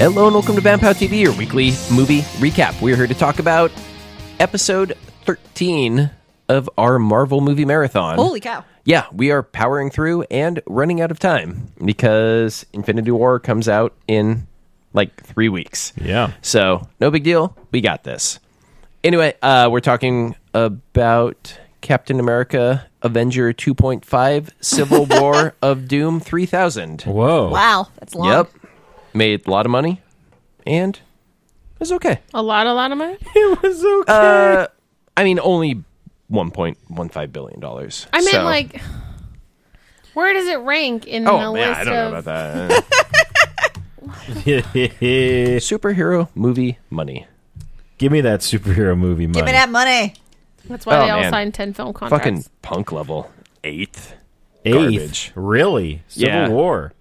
Hello and welcome to Bampow TV, your weekly movie recap. We are here to talk about episode 13 of our Marvel movie marathon. Holy cow. Yeah, we are powering through and running out of time because Infinity War comes out in like three weeks. Yeah. So, no big deal. We got this. Anyway, uh, we're talking about Captain America Avenger 2.5 Civil War of Doom 3000. Whoa. Wow. That's long. Yep. Made a lot of money and it was okay. A lot, a lot of money. It was okay. Uh, I mean, only $1.15 billion. I meant So- like, where does it rank in Oh, the man, list I don't know of? about that. Superhero movie money. Give me that superhero movie money. Give me that money. That's why Oh, they all man. signed ten film contracts. Fucking punk level. Eighth. Eighth. garbage. Really? Civil Yeah. War.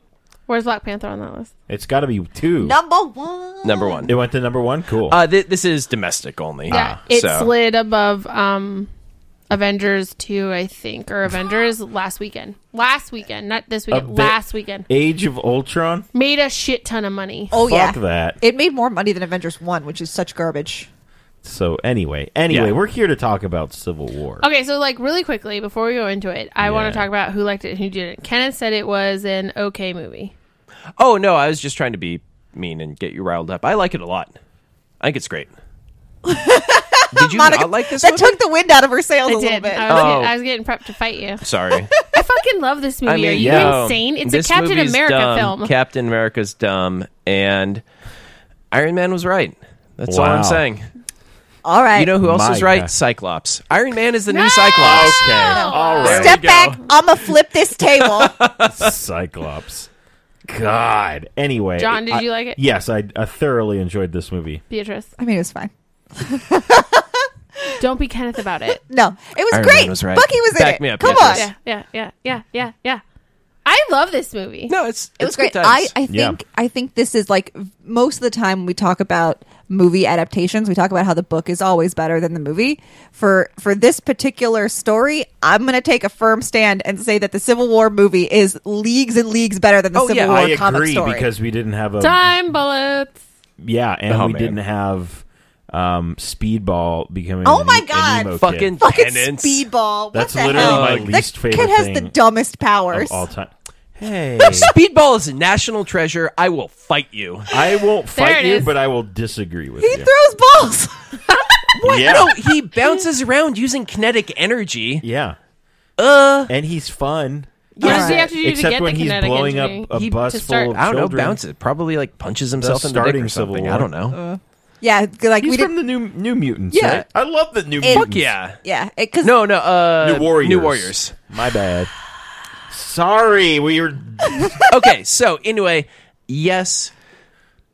Where's Black Panther on that list? It's got to be two. Number one. Number one. It went to number one. Cool. Uh, thi- this is domestic only. Yeah, Ah, it so- slid above um, Avengers two, I think, or Avengers last weekend. Last weekend, not this weekend. Ave- last weekend Age of Ultron. made a shit ton of money. Oh, yeah. Fuck that. It made more money than Avengers 1, which is such garbage. So anyway, anyway, Yeah. we're here to talk about Civil War. Okay, so like really quickly before we go into it, I want Yeah. to talk about who liked it and who didn't. Kenneth said it was an okay movie. Oh no, I was just trying to be mean and get you riled up. I like it a lot. I think it's great. Did you not like this that movie? took the wind out of her sails a I little did. bit. I was, Oh. get- I was getting prepped to fight you. Sorry. I fucking love this movie. I mean, Are you yeah. insane? It's this a Captain movie's America dumb. film. Captain America's dumb, and Iron Man was right. That's all Wow. I'm saying. All right. You know who else My is right? God. Cyclops. Iron Man is the No! new Cyclops. Okay. Oh, All right. Step go. back. I'm going to flip this table. Cyclops. God. Anyway, John, did I- you like it? Yes, I, I thoroughly enjoyed this movie. Beatrice, I mean, it was fine. don't be Kenneth about it. No, it was Iron Man great. was right. Bucky was in Back it. me up, Come yeah, on. Yeah, yeah, yeah, yeah, yeah, yeah. I love this movie. No, it's It was great. I, I, I think Yeah. I think this is like v- most of the time when we talk about movie adaptations, we talk about how the book is always better than the movie. For for this particular story, I'm going to take a firm stand and say that the Civil War movie is leagues and leagues better than the Oh, Civil yeah. War I comic agree story. because we didn't have a Time bullets. yeah, and Oh, we man. didn't have um, Speedball becoming Oh an my e- an God. emo kid fucking Fucking tenants. speedball. What That's the literally hell? my That least that favorite kid has thing the dumbest powers. of all time. Hey, Speedball is a national treasure. I will fight you. I won't it fight you, is. but I will disagree with he you. throws balls. yeah, No, he bounces around using kinetic energy. yeah, Uh, and he's fun. What does he Alright. have to do Except to get when the he's kinetic blowing injury? up a He- bus to start- full of I don't children. know. Bounces probably like punches himself in the dick starting or Civil something. War. Uh, I don't know. yeah, like we He's didn't. from the new New Mutants. Yeah. right? I love the New Mutants. Fuck yeah. Yeah, because No, no. Uh, New Warriors. New Warriors. My bad. Sorry, we were. okay, so anyway, yes,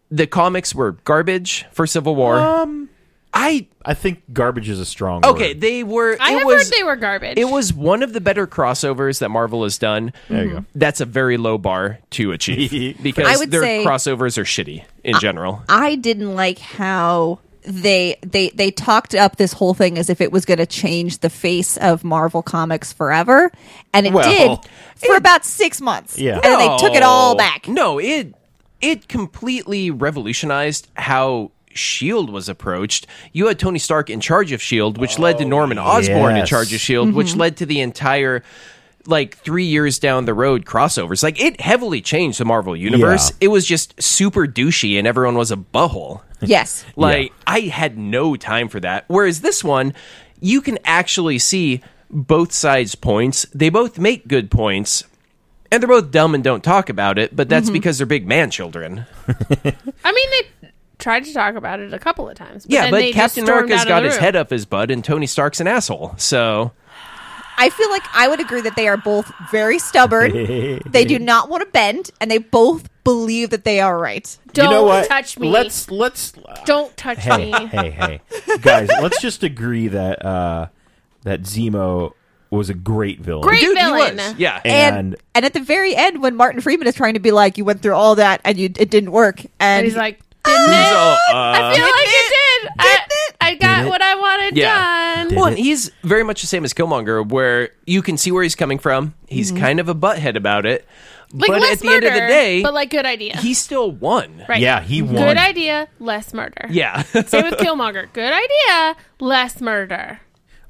the comics were garbage for Civil War. Um, I I think garbage is a strong. okay, word. they were. I it have was, heard they were garbage. It was one of the better crossovers that Marvel has done. There you go. That's a very low bar to achieve because I would their say- crossovers are shitty in general. I didn't like how they they they talked up this whole thing as if it was going to change the face of Marvel Comics forever, and it Well, did for about six months. Yeah. and then they took it all back. No, it it completely revolutionized how Shield E was approached. You had Tony Stark in charge of Shield, E which led to Norman Osborn in Oh, yes. Mm-hmm. charge of Shield, E which led to the entire like three years down the road crossovers. Like it heavily changed the Marvel universe. Yeah. It was just super douchey, and everyone was a butthole. Yes, Like I had no time for that. Whereas this one, you can actually see both sides' points. They both make good points, and they're both dumb and don't talk about it. But that's because they're big man children. I mean, they tried to talk about it a couple of times. But Yeah, then but they just Captain stormed America's out of got the his room. head up his butt, and Tony Stark's an asshole. So I feel like I would agree that they are both very stubborn. they do not want to bend, and they both believe that they are right. Don't you know what? touch me. Let's let's. Don't touch Hey me. hey hey, guys! Let's just agree that uh that Zemo was a great villain. Great dude, villain. he was. Yeah, And, And- and at the very end, when Martin Freeman is trying to be like, "You went through all that and you it didn't work," and, And he's like, didn't it? So, uh, I feel like it, did. I, Didn't it? I got Did it? what I wanted Yeah. done. did Well, it. and he's very much the same as Killmonger, where you can see where he's coming from. He's kind of a butthead about it, Mm-hmm. Like but less at the murder, end of the day, but like good idea. he still won. right. Yeah, he won. Good idea, less murder. Yeah, Same with Killmonger. Good idea, less murder.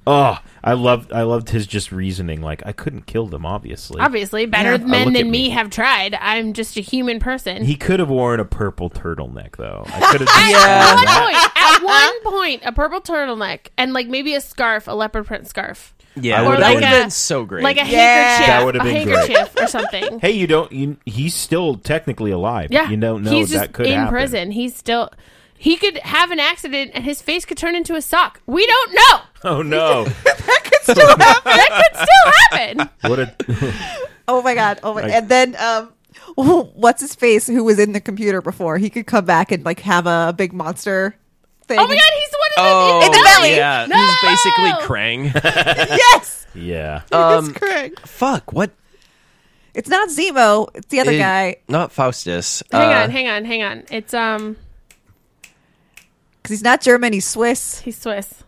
Oh, I loved I loved his just reasoning. Like I couldn't kill them, obviously. Obviously, Yeah. better Uh, men look than at me. me. have tried. I'm just a human person. He could have worn a purple turtleneck though. I could have. just At Yeah. one point, at one point, a purple turtleneck and like maybe a scarf, a leopard print scarf, yeah, I that would've- would have been so great. like a Yeah. handkerchief, That would've a been great. handkerchief or something. Hey, you don't. You, he's still technically alive. Yeah, you don't know He's that just could in happen. prison. He's still. He could have an accident and his face could turn into a sock. We don't know. Oh no! That could still happen. what a Oh my god. Oh my. Like- and then um, what's his face? Who was in the computer before? He could come back and like have a big monster thing. Oh my god, he's the oh, one in the, in the belly. yeah, No! he's basically Krang. Yes. yeah. Uh, Um, That's correct. Fuck, what It's not Zemo. It's the other is- guy Not Faustus. Hang Uh, on, hang on, hang on. It's um, because he's not German. He's Swiss. he's Swiss.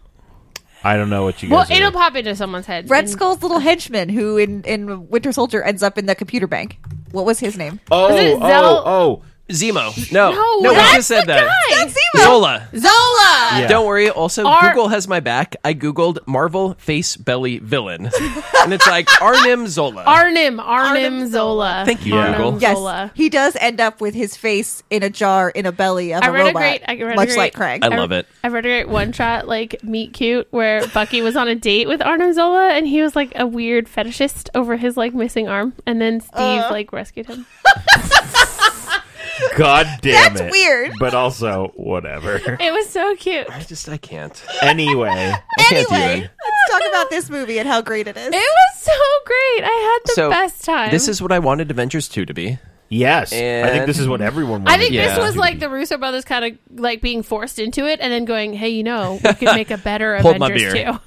I don't know what you Well, guys. it'll are. pop into someone's head. Red And- Skull's little henchman, who in in Winter Soldier ends up in the computer bank. What was his name? oh, Isn't it Zell- oh, oh, Zemo. No, No, we that's just said the that. guy. That's Zemo. Zola. Uh, Zola. Yeah. Don't worry. Also, Our- Google has my back. I googled Marvel face belly villain, and it's like Arnim Zola. Arnim, Arnim, Zola. Thank you, Yeah. Google. Arnim Yes, Zola. he does end up with his face in a jar in a belly of a I read a robot, great- I read a much great- like Craig. I love it. I read a great one shot like Meet Cute where Bucky was on a date with Arnim Zola and he was like a weird fetishist over his like missing arm and then Steve like rescued him. God damn That's it. weird. But also, whatever. It was so cute. I just I can't. anyway, I can't Anyway, even. let's talk about this movie and how great it is. It was so great. I had the So, best time. This is what I wanted Avengers two to be. Yes, I think And- this is what everyone. I think wanted Yeah. this was to like be. the Russo brothers kind of like being forced into it and then going, "Hey, you know, we could make a better Hold my Avengers beer. too."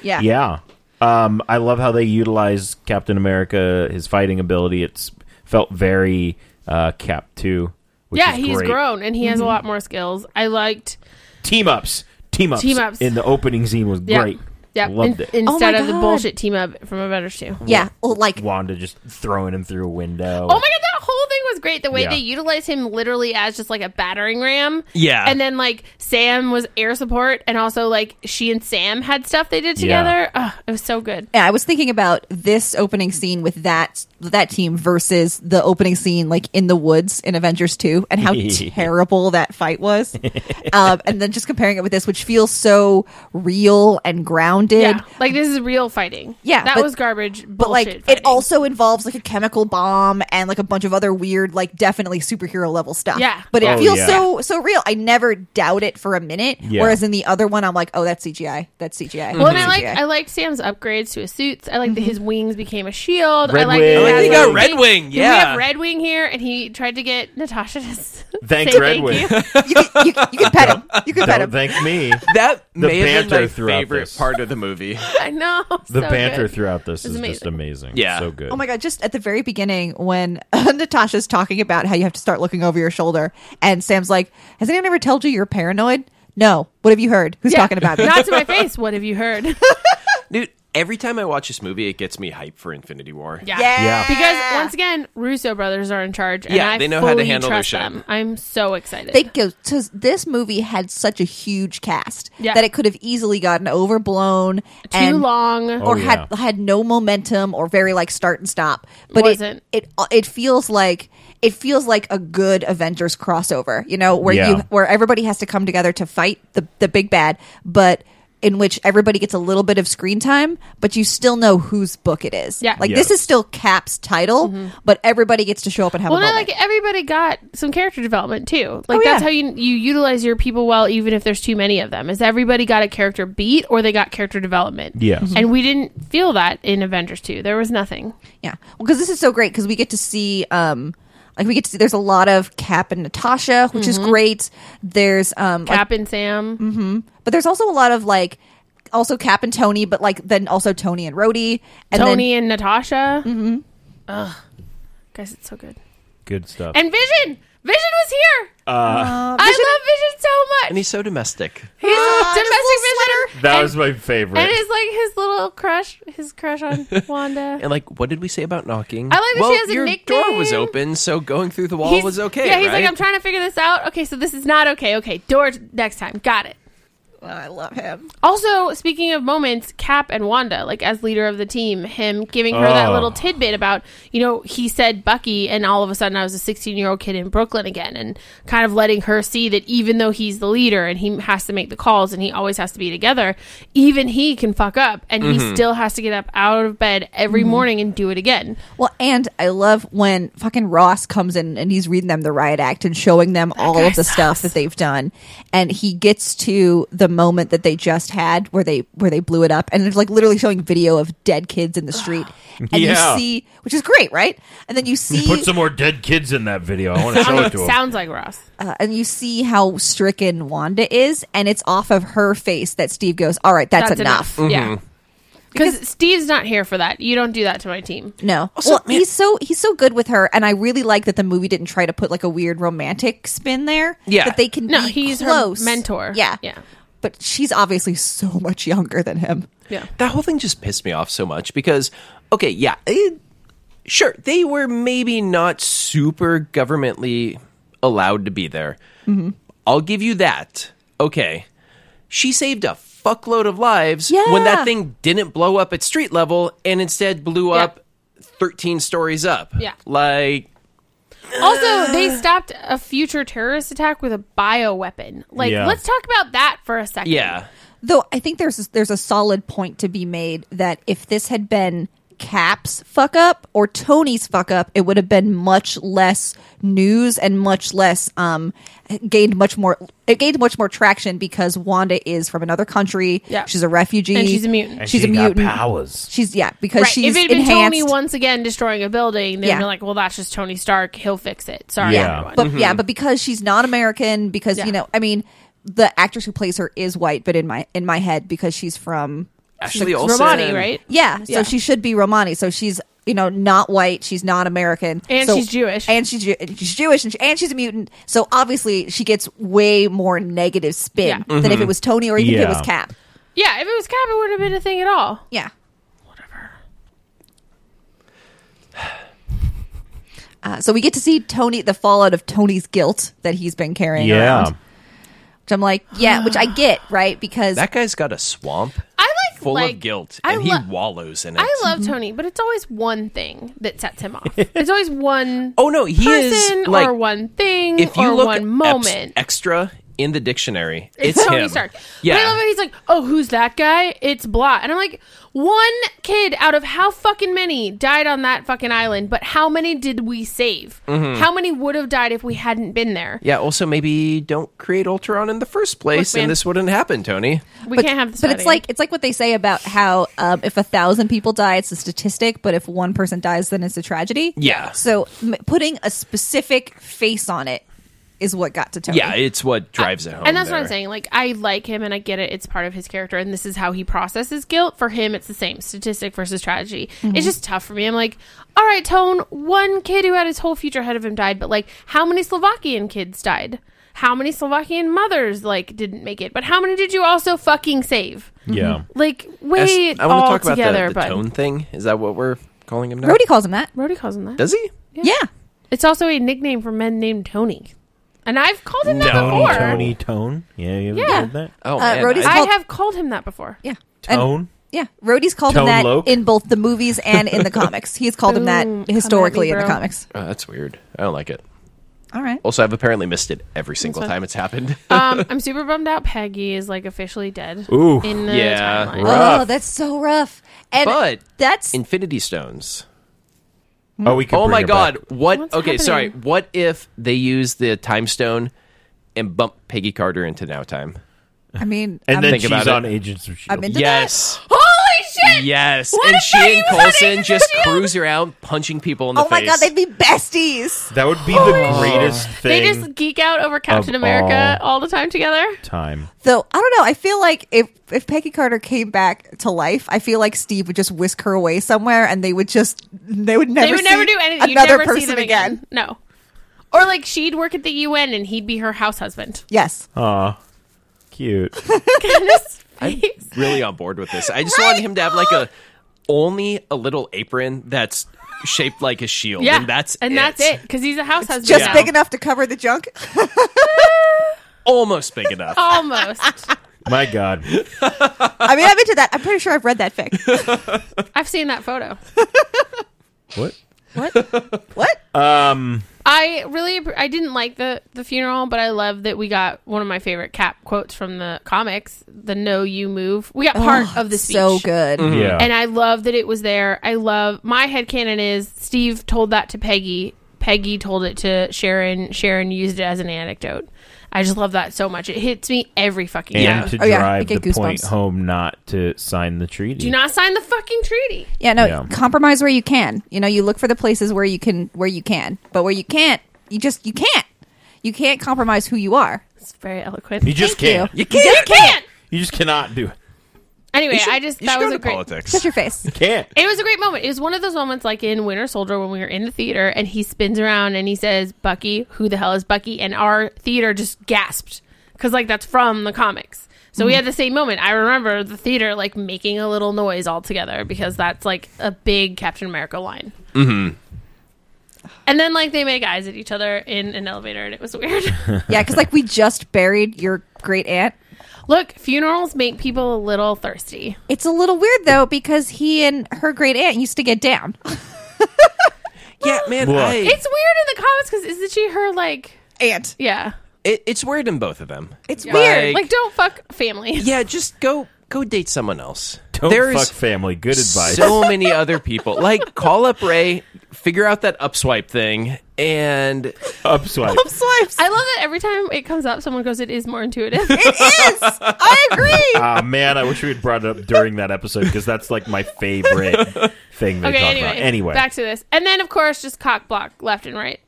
Yeah. Yeah. Um, I love how they utilize Captain America, his fighting ability. It's felt very uh, Cap 2. Which Yeah, is he's great. grown and he has Mm-hmm. a lot more skills. I liked Team ups. Team ups. Team ups. In the opening scene was Yeah. great. Yeah, Loved in- it. instead Oh my of the God. bullshit team up from Avengers 2. Yeah. Well, like Wanda just throwing him through a window. Oh my god, that whole thing was great. The way Yeah. they utilized him literally as just like a battering ram. Yeah. And then like Sam was air support and also like she and Sam had stuff they did Yeah. together. Ugh, it was so good. Yeah, I was thinking about this opening scene with that that team versus the opening scene like in the woods in Avengers Two, and how terrible that fight was. um, and then just comparing it with this, which feels so real and grounded. Yeah. Like this is real fighting. Yeah, That but- was garbage. But like bullshit it fighting. also involves like a chemical bomb and like a bunch of other weird, like definitely superhero level stuff. Yeah. But it Oh, feels yeah. so so real. I never doubt it for a minute. Whereas in the other one I'm like, oh that's CGI. That's CGI. Well, and I That's liked CGI. I liked Sam's upgrades to his suits. I Mm-hmm. liked that his wings became a shield. I Red liked Wing. Oh, that I like that he had got Red Red Wing. Wing, We have yeah. Red Wing here, and he tried to get Natasha to s- Thanks, say Red thank Wing. you. you, could- you, could- you could pet him. You could pet Don't him. thank me. That The may have been banter my throughout favorite this. part of the movie. I know The so banter good. throughout this is just amazing. amazing. Yeah. So good. Oh my god! Just at the very beginning, when Natasha's talking about how you have to start looking over your shoulder, and Sam's like, "Has anyone ever told you you're paranoid?" No. What have you heard? Who's Yeah. talking about me? Not to my face. What have you heard? Dude, every time I watch this movie, it gets me hype for Infinity War. Yeah. Yeah. Because once again, Russo brothers are in charge. And Yeah, I they know how fully to handle their trust shit. them. I'm so excited. they go to this movie had such a huge cast Yeah. that it could have easily gotten overblown Too and long. or Oh, had yeah. had no momentum or very like start and stop. But Wasn't. it it it feels like it feels like a good Avengers crossover, you know, where you Yeah. where everybody has to come together to fight the the big bad, but in which everybody gets a little bit of screen time, but you still know whose book it is. Yeah. Mm-hmm. like Yes. this is still Cap's title, but everybody gets to show up and have well, a no, moment. like everybody got some character development too. Like Oh, yeah. that's how you you utilize your people well, even if there's too many of them. Is everybody got a character beat or they got character development? Yes. Mhm. And we didn't feel that in Avengers Two. There was nothing. Yeah. Well, because this is so great because we get to see, um, like we get to see. There's a lot of Cap and Natasha, which Mm-hmm. is great. There's um, like- Cap and Sam. but there's also a lot of like, also Cap and Tony, but like then also Tony and Rhodey, and Tony and Natasha. Mm-hmm. Ugh. Guys, it's so good. Good stuff. And Vision. Vision was was here. Uh, Uh, I love Vision so and much. he's so domestic. He's Ah, his domestic little Vision. That and, was my favorite. and it's like his little crush, his crush on Wanda. And like, what did we say about knocking? I like that she well, has a your door was nickname. open, so going through the wall He's- was okay. Yeah, he's right? like, I'm trying to figure this out. Okay, so this is not okay. Okay, door next time. Got it. Oh, I love him. Also, speaking of moments, Cap and Wanda, like as leader of the team, him giving her that Oh. little tidbit about, you know, he said Bucky, and all of a sudden I was a 16 year old kid in Brooklyn again, and kind of letting her see that even though he's the leader and he has to make the calls and he always has to be together, even he can fuck up, and Mm-hmm. he still has to get up out of bed every morning and do it again. Well, and I love when fucking Ross comes in and he's reading them the riot act and showing them all guy of the stuff that they've done, and he gets to the moment that they just had where they where they blew it up, and it's like literally showing video of dead kids in the street, and Yeah. you see, which is great, right? And then you see Put some more dead kids in that video. I want to show it to them. Sounds like Ross. uh, and you see how stricken Wanda is, and it's off of her face that Steve goes, "All right, that's, enough." Mm-hmm. Yeah. Because Steve's not here for that. You don't do that to my team. No, Also, well, man- he's so he's so good with her, and I really like that the movie didn't try to put like a weird romantic spin there. Yeah. that they can No, be he's her close. mentor. Yeah, Yeah. But she's obviously so much younger than him. Yeah. that whole thing just pissed me off so much because okay yeah it- sure they were maybe not super governmentally allowed to be there Mm-hmm. i'll give you that okay she saved a fuckload of lives when Yeah. that thing didn't blow up at street level and instead blew Yeah. up 13 stories up Yeah. like Also, they stopped a future terrorist attack with a bioweapon. Like, Yeah. let's talk about that for a second. yeah Though I think there's there's a solid point to be made that if this had been Cap's fuck up or Tony's fuck up, it would have been much less news and much less um gained much more it gained much more traction because Wanda is from another country. Yeah. She's a refugee. And she's a mutant. And she's she a got mutant. powers. She's yeah, because Right. she's if it had been enhanced. Tony once again destroying a building, then Yeah. you're like, well, that's just Tony Stark. He'll fix it. Sorry, Yeah. everyone. but yeah, but because she's not American, because Yeah. you know, I mean, the actress who plays her is white, but in my in my head, because she's from ashley olsen Ramani, right? yeah, so Yeah. she should be Romani. So she's you know not white, she's not American, And So- she's Jewish. and she's, Ju- she's Jewish, and, she, and she's a mutant. So obviously, she gets way more negative spin Yeah. than if it was Tony or even if it Yeah. was Cap. Yeah, if it was Cap, it wouldn't have been a thing at all. Yeah. Whatever. Uh, so we get to see Tony, the fallout of Tony's guilt that he's been carrying Yeah. around. Mm-hmm. Which I'm like, yeah, which I get, right? Because that guy's got a swamp I like full like, of guilt I and he lo- wallows in it I love Tony, but it's always one thing that sets him off. It's always one oh no he person is like or one thing if you or look one ex- moment. extra in the dictionary, it's, It's Tony him. Stark. But I love Yeah, how he's like, oh, who's that guy? It's blah. And I'm like, one kid out of how fucking many died on that fucking island, but how many did we save? How many would have died if we hadn't been there? Mm-hmm. yeah. Also, maybe don't create Ultron in the first place, Look, man. and this wouldn't happen, Tony. We can't have this. but fight it's again. like it's like what they say about how um, if a thousand people die, it's a statistic, but if one person dies, then it's a tragedy. Yeah. So m- putting a specific face on it is what got to Tony. Yeah, it's what drives it home. and that's what I'm there. saying. Like, I like him and I get it. It's part of his character, and this is how he processes guilt. For him, it's the same statistic versus tragedy. It's just tough for me. I'm like, all right, Tone, one kid who had his whole future ahead of him died, but like, how many Slovakian kids died? How many Slovakian mothers, like, didn't make it? But how many did you also fucking save? Yeah. Like, As- wait, I all want to talk about the, together, the but. tone thing. Is that what we're calling him now? Brody calls him that. Brody calls him that. Does he? Yeah. It's also a nickname for men named Tony. And I've called him that Tony, before. Tony, Tone. Yeah, you ever Yeah. heard that? Oh Uh, man, Rhodey's I- I called- have called him that before. Yeah. And- Tone. Yeah, Rhodey's called him Tone that Loc? in both the movies and in the comics. He's called him Boom, that come historically at in me, the bro. comics. oh, that's weird. I don't like it. All right. Also, I've apparently missed it every single time it's happened. um, I'm super bummed out. Peggy is like officially dead. Ooh. in the Yeah. timeline. Rough. Oh, that's so rough. And But- that's Infinity Stones. Oh, we could Oh bring my her god! back. What? What's okay, sorry. happening? What if they use the time stone and bump Peggy Carter into now time? I mean, And I'm, then Think she's about it. on Agents of Shield. I'm into yes. Holy shit! Yes, What and if she Peggy and was on Agents Coulson of just S.H.I.E.L.D.? cruise around punching people in the that. Oh my face. god, they'd be besties. That would be Oh. the greatest They thing. just geek out over Captain Of America all the time together. time. Though I don't know. I feel like if if Peggy Carter came back to life, I feel like Steve would just whisk her away somewhere, and they would just they would never they would see never do anything. You'd Another never person see them again. No. Or like she'd work at the UN and he'd be her house husband. Yes. Aw, cute. Goodness. I'm really on board with this. I just want him to have like a only a little apron that's shaped like a shield, yeah, and that's and it. that's it because he's a house husband. Just now. big enough to cover the junk. Almost big enough. Oh, Almost. My God, I mean, I'm into that. I'm pretty sure I've read that fic. I've seen that photo. what? What? What? Um, I really appr- I didn't like the the funeral, but I love that we got one of my favorite cap quotes from the comics, the "No, you move." We got part Oh, of the speech. So good. yeah. Uh-huh. And I love that it was there. I love my headcanon is Steve told that to Peggy. Peggy told it to Sharon. Sharon used it as an anecdote. I just love that so much. It hits me every fucking and time. to Oh, yeah, I drive get the point goosebumps. home not to sign the treaty. Do not sign the fucking treaty. Yeah, no, Yeah. compromise where you can. You know, you look for the places where you can where you can. But where you can't, you just you can't. You can't compromise who you are. It's very eloquent. You just Thank can't. you. You. You can't. can't. just cannot do it. Anyway, You should- I just you should that was go a to great. politics. Shut your face. Can't. It was a great moment. It was one of those moments like in Winter Soldier when we were in the theater and he spins around and he says, Bucky, who the hell is Bucky? And our theater just gasped because, like, that's from the comics. So Mm. we had the same moment. I remember the theater, like, making a little noise all together because that's, like, a big Captain America line. Mm hmm. Mm-hmm. And then, like, they make eyes at each other in an elevator and it was weird. Yeah, because like we just buried your great aunt. Look, funerals make people a little thirsty. It's a little weird though because he and her great aunt used to get down. Yeah, man. Look. I, It's weird in the comics because isn't she her, like, Aunt, yeah. it, it's weird in both of them. it's Like- weird. Like, don't fuck family. Yeah, just go go date someone else. Don't There's fuck family. Good advice. so many other people. Like call up Ray, figure out that upswipe thing, and Upswipe. Swipes. I love that every time it comes up, someone goes, "It is more intuitive." It is. I agree. Ah, man, I wish we had brought it up during that episode because that's like my favorite thing they okay, talk anyway, about. Anyway, back to this, and then of course just cock block left and right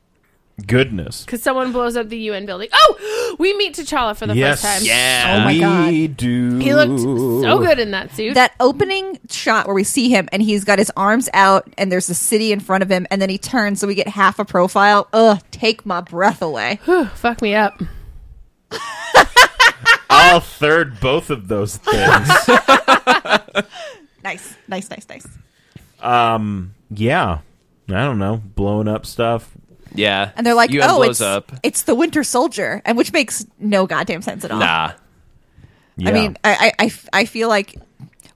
goodness. because someone blows up the UN building. Oh, we meet T'Challa for the Yes. first time. yeah. Oh my we God. do. he looked so good in that suit. that opening shot where we see him and he's got his arms out and there's a city in front of him and then he turns so we get half a profile. Ugh, take my breath away. Whew, fuck me up. I'll third both of those things. Nice, nice, nice, nice. um, yeah. I don't know. Blowing up stuff. yeah. And they're like, UN oh, blows it's, up. it's the Winter Soldier, and which makes no goddamn sense at all. Nah. Yeah. I mean, I, I- I, f- I feel like,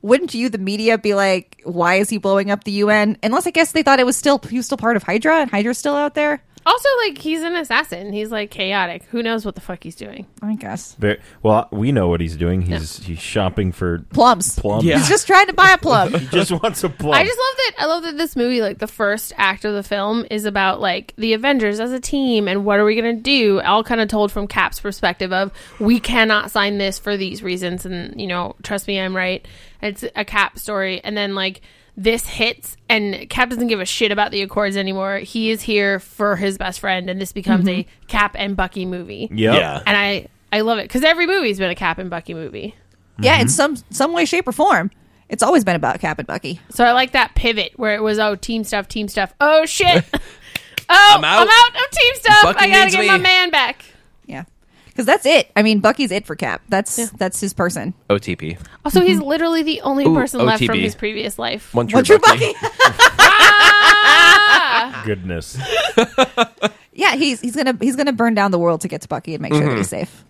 wouldn't you, the media, be like, why is he blowing up the UN? Unless I guess they thought it was still he was still part of Hydra, and Hydra's still out there. Also, like he's an assassin. He's like chaotic. Who knows what the fuck he's doing? I guess Very, well, we know what he's doing. He's he's shopping for plums. plums. Yeah. Mm-hmm. He's just trying to buy a plum. he just wants a plum. I just love that. I love that this movie, like the first act of the film, is about like the Avengers as a team and what are we gonna do? All kind of told from Cap's perspective of we cannot sign this for these reasons, and you know, trust me, I'm right. It's a Cap story, and then like this hits, and Cap doesn't give a shit about the Accords anymore. He is here for his best friend, and this becomes a Cap and Bucky movie. Yep. Yeah. and I I love it because every movie's been a Cap and Bucky movie. Yeah, in some some way, shape, or form, it's always been about Cap and Bucky. So I like that pivot where it was oh team stuff, team stuff. Oh shit. Oh, I'm out. out, of team stuff. Bucky I gotta needs get me. my man back. Yeah, because that's it. I mean, Bucky's it for Cap. That's that's his person. OTP. Also, he's Mm-hmm. literally the only Ooh, person left from OTB. his previous life. One true, Well, True Bucky. Bucky. Ah. Goodness. yeah, he's he's gonna he's gonna burn down the world to get to Bucky and make sure that he's Mm-hmm. safe.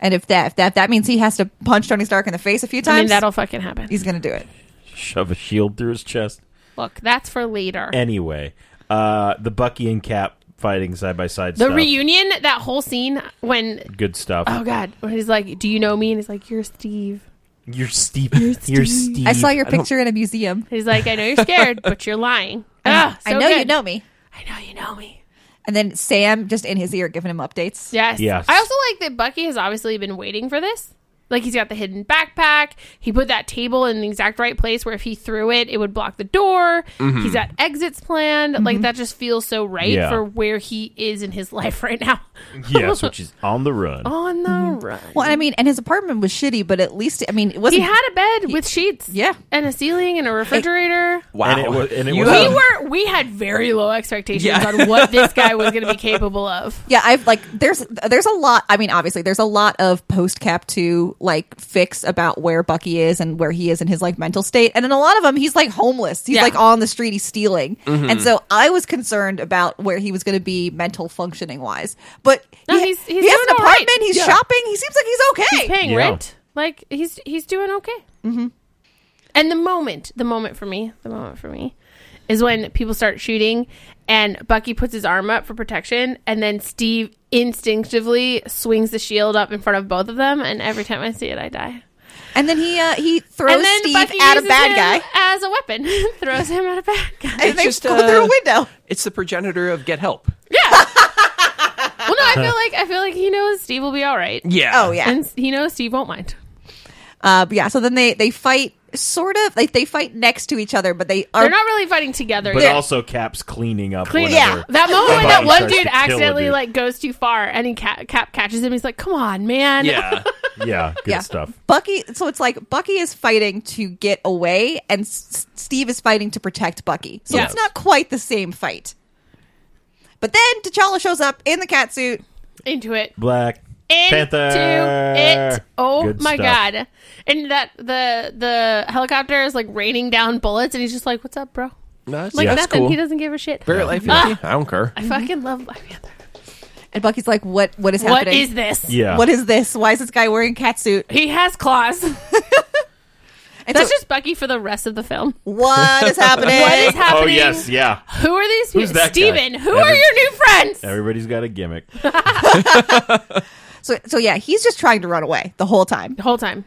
And if that if that that means he has to punch Tony Stark in the face a few I mean, times, that'll fucking happen. he's gonna do it. Shove a shield through his chest. Look, that's for later. Anyway, uh, the Bucky and Cap fighting side by side. The stuff. reunion, that whole scene when Good stuff. oh god, when he's like, "Do you know me?" and he's like, "You're Steve." You're Steve. You're Steve. I saw your I don't- picture in a museum. He's like, "I know you're scared, but you're lying." Ah, I so know you good. know me. I know you know me. And then Sam just in his ear giving him updates. Yes. Yes. I also like that Bucky has obviously been waiting for this. Like he's got the hidden backpack. He put that table in the exact right place where if he threw it, it would block the door. He's got exits planned. Like that just feels so right Mm-hmm. Yeah. for where he is in his life right now. yes, which is on the run. On the Mm-hmm. run. Well, and I mean, and his apartment was shitty, but at least I mean, it He wasn't. had a bed with sheets. Yeah. And a ceiling and a refrigerator. Wow. And it wa- and it You was- have- we were we had very low expectations Yeah. on what this guy was going to be capable of. yeah, I've like there's there's a lot. I mean, obviously, there's a lot of post Cap two like fix about where Bucky is and where he is in his like mental state, and in a lot of them, he's like homeless. He's Yeah. like on the street, he's stealing, and so I was concerned about where he was going to be mental functioning wise. But No, he, he's- he's he has doing an all right. apartment. He's Yeah. shopping. He seems like he's okay. He's paying Yeah. rent. Like he's he's doing okay. Mm-hmm. And the moment, the moment for me, the moment for me, is when people start shooting, and Bucky puts his arm up for protection, and then Steve instinctively swings the shield up in front of both of them, and every time I see it, I die. and then he uh, he throws and then Steve Bucky at a uses bad him guy, as a weapon, throws him at a bad guy. and they just, go through uh, a window. It's the progenitor of Get Help. Yeah. well, no, I feel like I feel like he knows Steve will be all right. Yeah. Oh yeah, And he knows Steve won't mind. Uh, but yeah, so then they they fight sort of like they fight next to each other, but they are They're not really fighting together. but yet. also Cap's cleaning up. Clean- whatever. yeah, that moment when Bucky that one starts dude to kill a accidentally dude. like goes too far, and he Cap, Cap catches him. He's like, "Come on, man!" Yeah. Yeah, good yeah. stuff. Bucky. So it's like Bucky is fighting to get away, and S- Steve is fighting to protect Bucky. So Yeah. it's not quite the same fight. But then T'Challa shows up in the cat suit. Into it, Black into Panther. it. Oh Good my stuff. god! And that the the helicopter is like raining down bullets, and he's just like, "What's up, bro?" That's, Like that's nothing. cool. He doesn't give a shit. Barrett Life Ah. I don't care. I fucking love Black Panther. And Bucky's like, "What? What is What happening? is this? Yeah. What is this? Why is this guy wearing a cat suit?" He has claws. And That's so, just Bucky for the rest of the film. what is happening? What is happening? Oh yes, yeah. Who are these Who's people? that guy? Steven, who Every- are your new friends? Everybody's got a gimmick. so so yeah, he's just trying to run away the whole time. the whole time.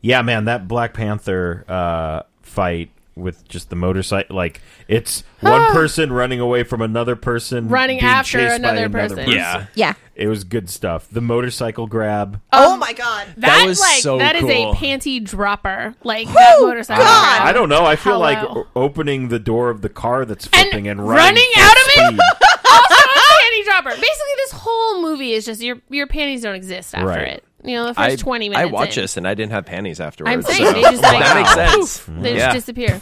Yeah, man, that Black Panther uh, fight with just the motorcycle, like it's one person running away from another person, Running being after chased by another person. Yeah. Yeah. it was good stuff. The motorcycle grab. Um, oh my god. That, was like so that is cool. a panty dropper. Like that motorcycle. God! ride. I don't know. I feel Hello. like o- opening the door of the car that's flipping and, running full out of it? speed. also a panty dropper. Basically, this whole movie is just your your panties don't exist after Right. it. You know, the first I, twenty I minutes. watch in. this and I didn't have panties afterwards. I'm saying so- they just like that makes sense. poof, they Yeah. just disappear.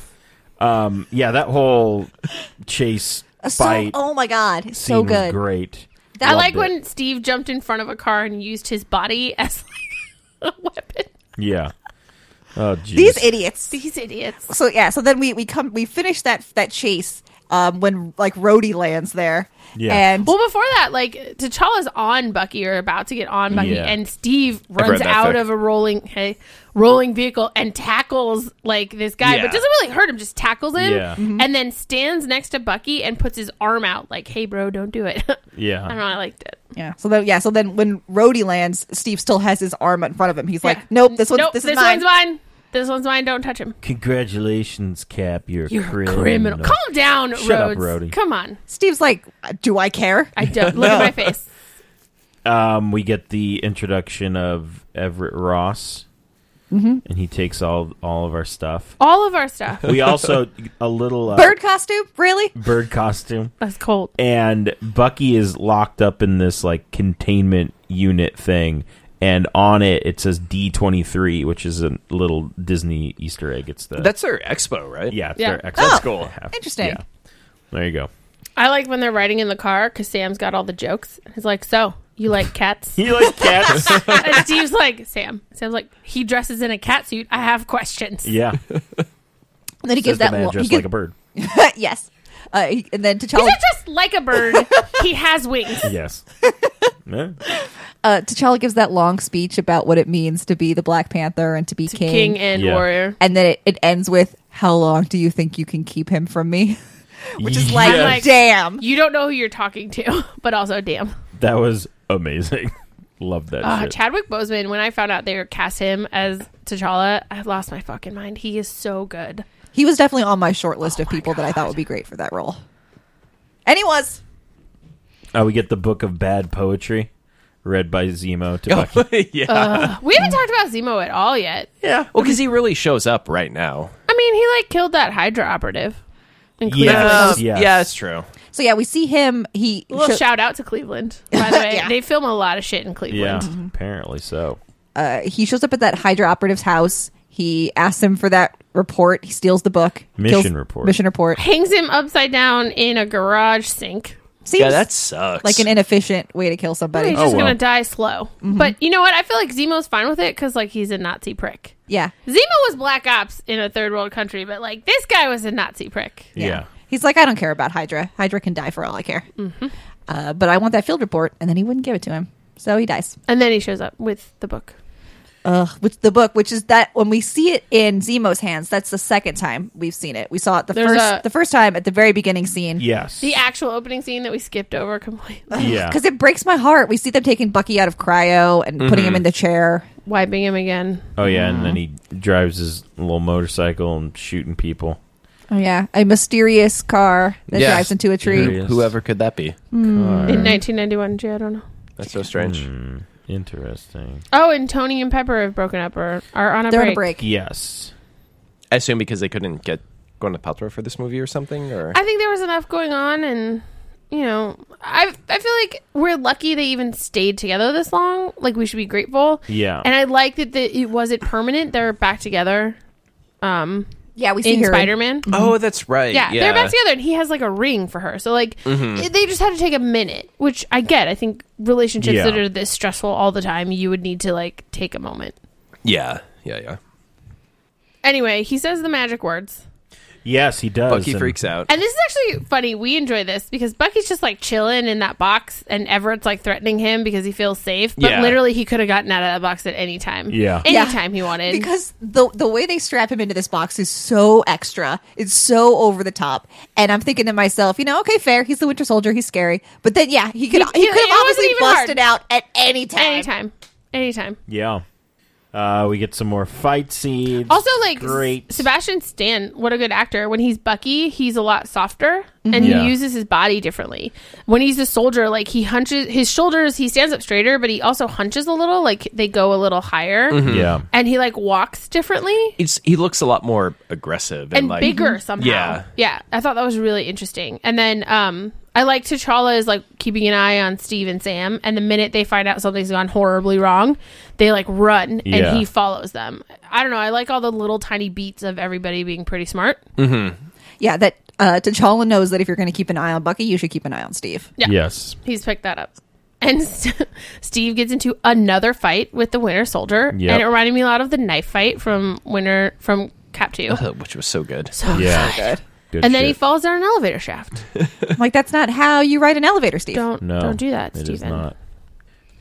Um, yeah, that whole chase So, fight oh my god, scene so was good. great. I Loved like it. when Steve jumped in front of a car and used his body as like a weapon. yeah. Oh, These jeez. idiots. These idiots. so yeah so then we we come we finish that that chase um when like Rhodey lands there Yeah. and Well, before that, like T'Challa's on Bucky or about to get on Bucky, Yeah. and Steve read runs that out fic. of a rolling hey, rolling vehicle and tackles like this guy, Yeah. but doesn't really hurt him, just tackles him, Yeah. Mm-hmm. and then stands next to Bucky and puts his arm out, like, "Hey, bro, don't do it." I don't know. Yeah. I liked it. yeah so then yeah so then when Rhodey lands Steve still has his arm in front of him he's Yeah. like nope this one's nope, this, this is mine one's mine. This one's mine. Don't touch him. Congratulations, Cap. You're, You're a a criminal. criminal. Calm down, Shut up, Rhodes. Rhodey. Come on. Steve's like do I care I don't look at my face. um, we get the introduction of Everett Ross, and he takes all all of our stuff. All of our stuff. We also a little uh, bird costume really bird costume, That's cold. and Bucky is locked up in this like containment unit thing, and on it it says D twenty three, which is a little Disney Easter egg. It's the That's their expo, right? yeah, it's Yeah. their X- That's cool. Oh, interesting. Yeah. There you go. I like when they're riding in the car because Sam's got all the jokes. He's like, "So you like cats?" He likes cats. and Steve's like, "Sam." Sam's like, "He dresses in a cat suit. I have questions." yeah, and then he says gives the that man look he dressed gives, like a bird. yes uh, he- and then He's T'Challa not just like a bird. he has wings. Yes. Yeah. uh, T'Challa gives that long speech about what it means to be the Black Panther and to be king. King and Yeah. warrior. and then it, it ends with how long do you think you can keep him from me which is Yes. like damn You don't know who you're talking to, but also damn. That was amazing. Love that. Uh, Oh, shit. Chadwick Boseman. When I found out they were cast him as T'Challa, I lost my fucking mind. He is so good. He was definitely on my short list of people that I thought would be great for that role. And he was. Oh, Uh, we get the book of bad poetry read by Oh, Zemo to Bucky. yeah. We haven't talked about Zemo at all yet. yeah. Well, because he really shows up right now. I mean, he like killed that Hydra operative. In Cleveland. Yes, Um, yes. Yeah, it's true. So yeah, we see him. He A little sho- shout out to Cleveland, by the way. Yeah. They film a lot of shit in Yeah, Cleveland. Mm-hmm. apparently so. uh, he shows up at that Hydra operative's house. He asks him for that report. He steals the book. Mission Kills- report. Mission report. Hangs him upside down in a garage sink. Seems Yeah, that sucks. like an inefficient way to kill somebody. He's just well. gonna die slow. Mm-hmm. But you know what? I feel like Zemo's fine with it because like he's a Nazi prick. Yeah. Zemo was black ops in a third world country, but like this guy was a Nazi prick. Yeah. He's like, I don't care about Hydra. Hydra can die for all I care. Uh, but I want that field report, and then he wouldn't give it to him, so he dies. And then he shows up with the book. Ugh, with the book, which is that when we see it in Zemo's hands, that's the second time we've seen it. We saw it the There's first a- the first time at the very beginning scene. Yes. The actual opening scene that we skipped over completely, yeah. Because it breaks my heart. We see them taking Bucky out of cryo and putting Mm-hmm. him in the chair. wiping him again. Oh yeah, and then he Mm-hmm. drives his little motorcycle and shooting people. Oh yeah, a mysterious car that Yes. drives into a tree. Mysterious. Whoever could that be? Mm. In 1991, gee, I don't know. That's so strange. Interesting. Oh, and Tony and Pepper have broken up or are on a They're break. on a break. Yes. I assume because they couldn't get Gwyneth Paltrow for this movie or something, or I think there was enough going on, and you know, I I feel like we're lucky they even stayed together this long. Like we should be grateful. Yeah. And I like that the, it wasn't permanent. They're back together. Um, Yeah, we see in her Spider Man. oh, that's right. Yeah, they're back together, and he has like a ring for her. So like, Mm-hmm. it- they just had to take a minute, which I get. I think relationships Yeah. that are this stressful all the time, you would need to like take a moment. yeah, yeah, yeah. Anyway, he says the magic words. Yes, he does. Bucky and- freaks out. And this is actually funny. We enjoy this because Bucky's just like chilling in that box, and Everett's like threatening him because he feels safe. But Yeah. literally, he could have gotten out of that box at any time. Yeah. Yeah. anytime he wanted. because the the way they strap him into this box is so extra. It's so over the top, and I'm thinking to myself, you know, okay, fair. He's the Winter Soldier. He's scary, but then yeah, he could he, He- could have it wasn't obviously even busted hard. out at any time. anytime, anytime. Yeah. Uh, we get some more fight scenes. Also, like great. S- Sebastian Stan, what a good actor. When he's Bucky, he's a lot softer and Yeah. he uses his body differently. When he's a soldier, like he hunches his shoulders, he stands up straighter, but he also hunches a little, like they go a little higher, yeah. and he like walks differently. It's he looks a lot more aggressive and, and like hmm? bigger somehow. Yeah. yeah. I thought that was really interesting. And then um, I like T'Challa is like keeping an eye on Steve and Sam. And the minute they find out something's gone horribly wrong, they like run Yeah. and he follows them. I don't know. I like all the little tiny beats of everybody being pretty smart. Mm-hmm. Yeah, that uh, T'Challa knows that if you're going to keep an eye on Bucky, you should keep an eye on Steve. Yeah. Yes. He's picked that up. And st- Steve gets into another fight with the Winter Soldier, Yep. and it reminded me a lot of the knife fight from Winter from Cap Two. Ugh, which was so good. Uh-huh. Yeah. Good and then he shit. falls down an elevator shaft. I'm like, that's not how you ride an elevator, Steve. Don't No, don't do that, It is Steven. not.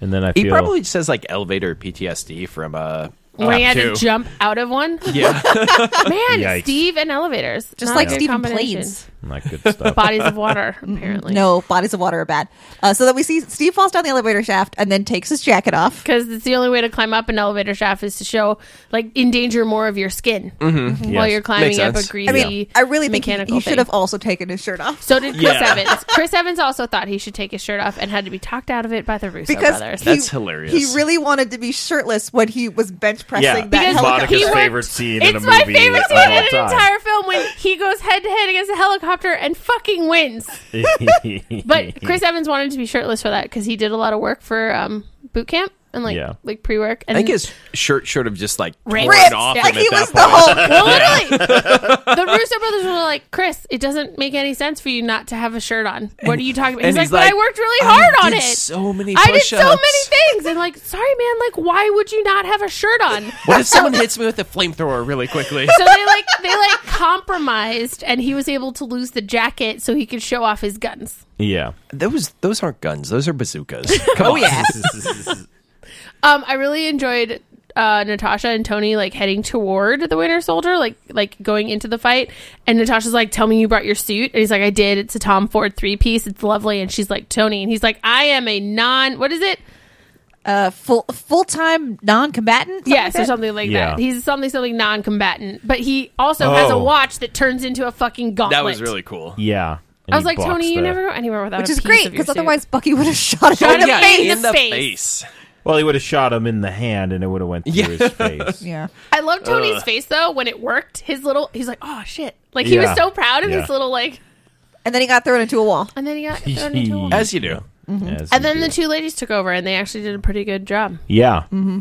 And then I He feel probably just has like elevator PTSD from uh when he Cap had to Two. jump out of one. Yeah, Man, Yikes. Steve and elevators. Just Not like a good Steve and combination. planes. not good stuff. Bodies of water, apparently. No, bodies of water are bad. Uh, so that we see Steve falls down the elevator shaft and then takes his jacket off. Because it's the only way to climb up an elevator shaft is to show, like, endanger more of your skin while Mm-hmm. Yes. you're climbing Makes up a sense. greasy. I mean, I really think he, mechanical he should thing. have also taken his shirt off. So did Chris Yeah. Evans. Chris Evans also thought he should take his shirt off and had to be talked out of it by the Russo Because brothers. he- That's hilarious. He really wanted to be shirtless when he was bench pressing Yeah. that Because Because helicopter. Monica's he went- favorite scene in It's a my movie favorite of scene all in an time. entire film when he goes head to head against a helicopter and fucking wins. But Chris Evans wanted to be shirtless for that because he did a lot of work for um, boot camp and like Yeah. like pre work. I think his shirt should have just like Ripped. torn Ripped. off like him he at was that the point. Hulk. Well, literally, the Russo brothers were like, "Chris, it doesn't make any sense for you not to have a shirt on. What are you talking about?" He's and like, he's "But like, I worked really "I hard on did it. so many I did so push-ups." many things." And like, sorry, man, like, why would you not have a shirt on? What if someone hits me with a flamethrower really quickly? So they like they like compromised, and he was able to lose the jacket so he could show off his guns. yeah. those those aren't guns. Those are bazookas. Come Oh on. yeah. Um, I really enjoyed uh, Natasha and Tony like heading toward the Winter Soldier, like like going into the fight. And Natasha's like, "Tell me you brought your suit," and he's like, "I did. It's a Tom Ford three piece. It's lovely." And she's like, "Tony," and he's like, "I am a non. What is it? Uh, full full time non combatant. yes, or something like Yeah. that. He's something something non combatant, but he also has a Oh. watch that turns into a fucking gauntlet. That was really cool. Yeah. And I was he like, blocks Tony, you the- never go anywhere without which a is piece great of your because suit. otherwise Bucky would have shot him Shot in the him face. in in the the face. face. Well, he would have shot him in the hand, and it would have went through Yeah. his face. Yeah, I love Tony's face though when it worked. His little, he's like, oh shit! Like he was Yeah. so proud of his Yeah. little like. and then he got thrown into a wall. And then he got thrown into a wall. As you do. As And he then the did. two ladies took over, and they actually did a pretty good job. yeah, mm-hmm.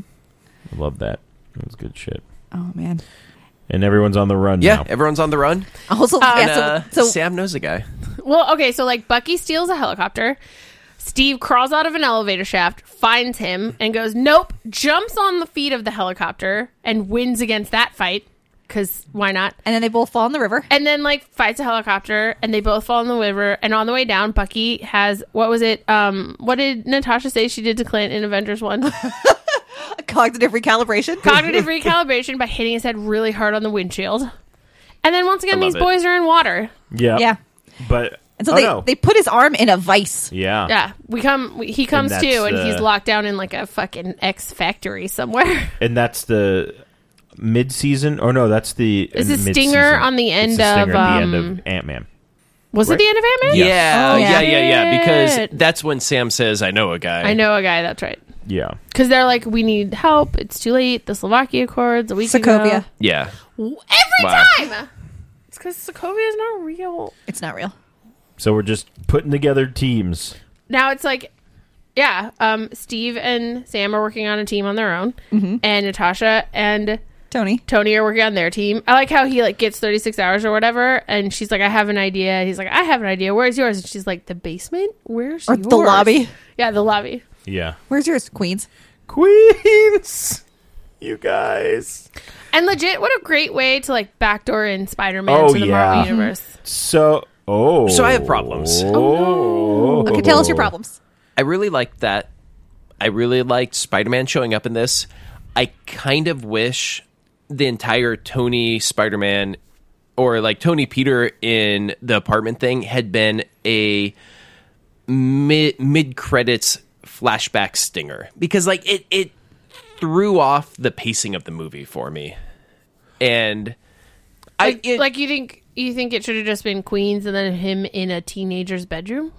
I love that. It was good shit. Oh man. And everyone's on the run Yeah, now. everyone's on the run. Also, Um, And, yeah, so, uh, so Sam knows a guy. Well, okay, so like Bucky steals a helicopter. Steve crawls out of an elevator shaft, finds him, and goes, nope, jumps on the feet of the helicopter and wins against that fight. Because why not? and then they both fall in the river. And then like fights a helicopter, and they both fall in the river. And on the way down, Bucky has what was it? Um, what did Natasha say she did to Clint in Avengers One? Cognitive recalibration. Cognitive recalibration by hitting his head really hard on the windshield. And then once again, love these it. boys are in water. Yeah, yeah, But and so oh, they no. they put his arm in a vice. yeah, Yeah, we come. We, he comes that's too, and he's the- locked down in like a fucking X factory somewhere. and that's the mid-season, or no, that's the It's uh, a stinger mid-season. on the end It's a stinger of, at the um, end of Ant Man. Was Right. it the end of Ant Man? Yeah, Oh, yeah, yeah, yeah. shit. Because that's when Sam says, "I know a guy." I know a guy. That's right. Yeah, Because they're like, we need help. It's too late. The Slovakia Accords. A week Sokovia. Yeah, ago. Every Wow. time. It's because Sokovia is not real. It's not real. so we're just putting together teams. now it's like yeah um steve and sam are working on a team on their own Mm-hmm. and natasha and Tony. tony are working on their team i like how he like gets 36 hours or whatever and she's like i have an idea And he's like i have an idea where's yours and she's like the basement where's Or yours? the lobby. yeah the lobby Yeah, Where's yours, Queens? Queens, you guys. and legit what a great way to like backdoor in spider-man Oh, to the yeah. marvel universe So oh, So I have problems. Oh, Okay, tell us your problems. I really liked that. I really liked Spider Man showing up in this. I kind of wish the entire Tony Spider Man or like Tony Peter in the apartment thing had been a mid mid credits flashback stinger because like it it threw off the pacing of the movie for me and I like, it- like you think you think it should have just been queens and then him in a teenager's bedroom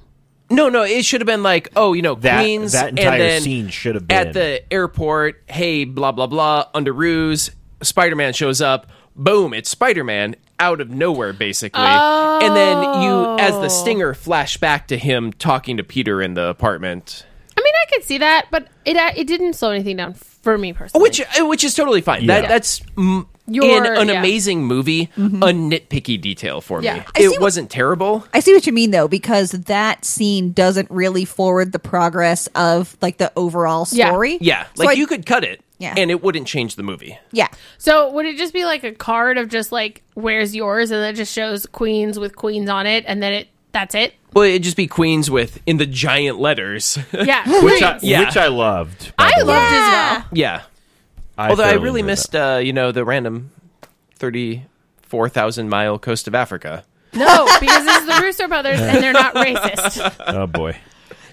No, no, it should have been like, oh, you know, That- Queens. that and entire then scene should have at been- the airport. Hey, blah blah blah. Under ruse, Spider Man shows up. Boom! It's Spider Man out of nowhere, basically. And then you, as Oh. the stinger, flash back to him talking to Peter in the apartment, I mean, I could see that, but it uh, it didn't slow anything down for me personally. which uh, which is totally fine. Yeah. That that's. Mm, in Your- an yeah. amazing movie, a nitpicky detail for Yeah. me. I Mm-hmm. see It what- wasn't terrible. I see what you mean though, because that scene doesn't really forward the progress of like the overall Yeah. story. Yeah, So like I- you could cut it, Yeah. and it wouldn't change the movie. Yeah. so would it just be like a card of just like where's yours, and then it just shows Queens with Queens on it, and then it that's it. Well, it'd just be Queens with in the giant letters. Yeah, Which I, Queens. Yeah. which I loved. by I the way. loved as well. yeah. Although I thoroughly really enjoyed missed, uh, you know, the random thirty-four thousand mile coast of Africa. No, because this is the Rooster Brothers, and they're not racist. that. Oh boy.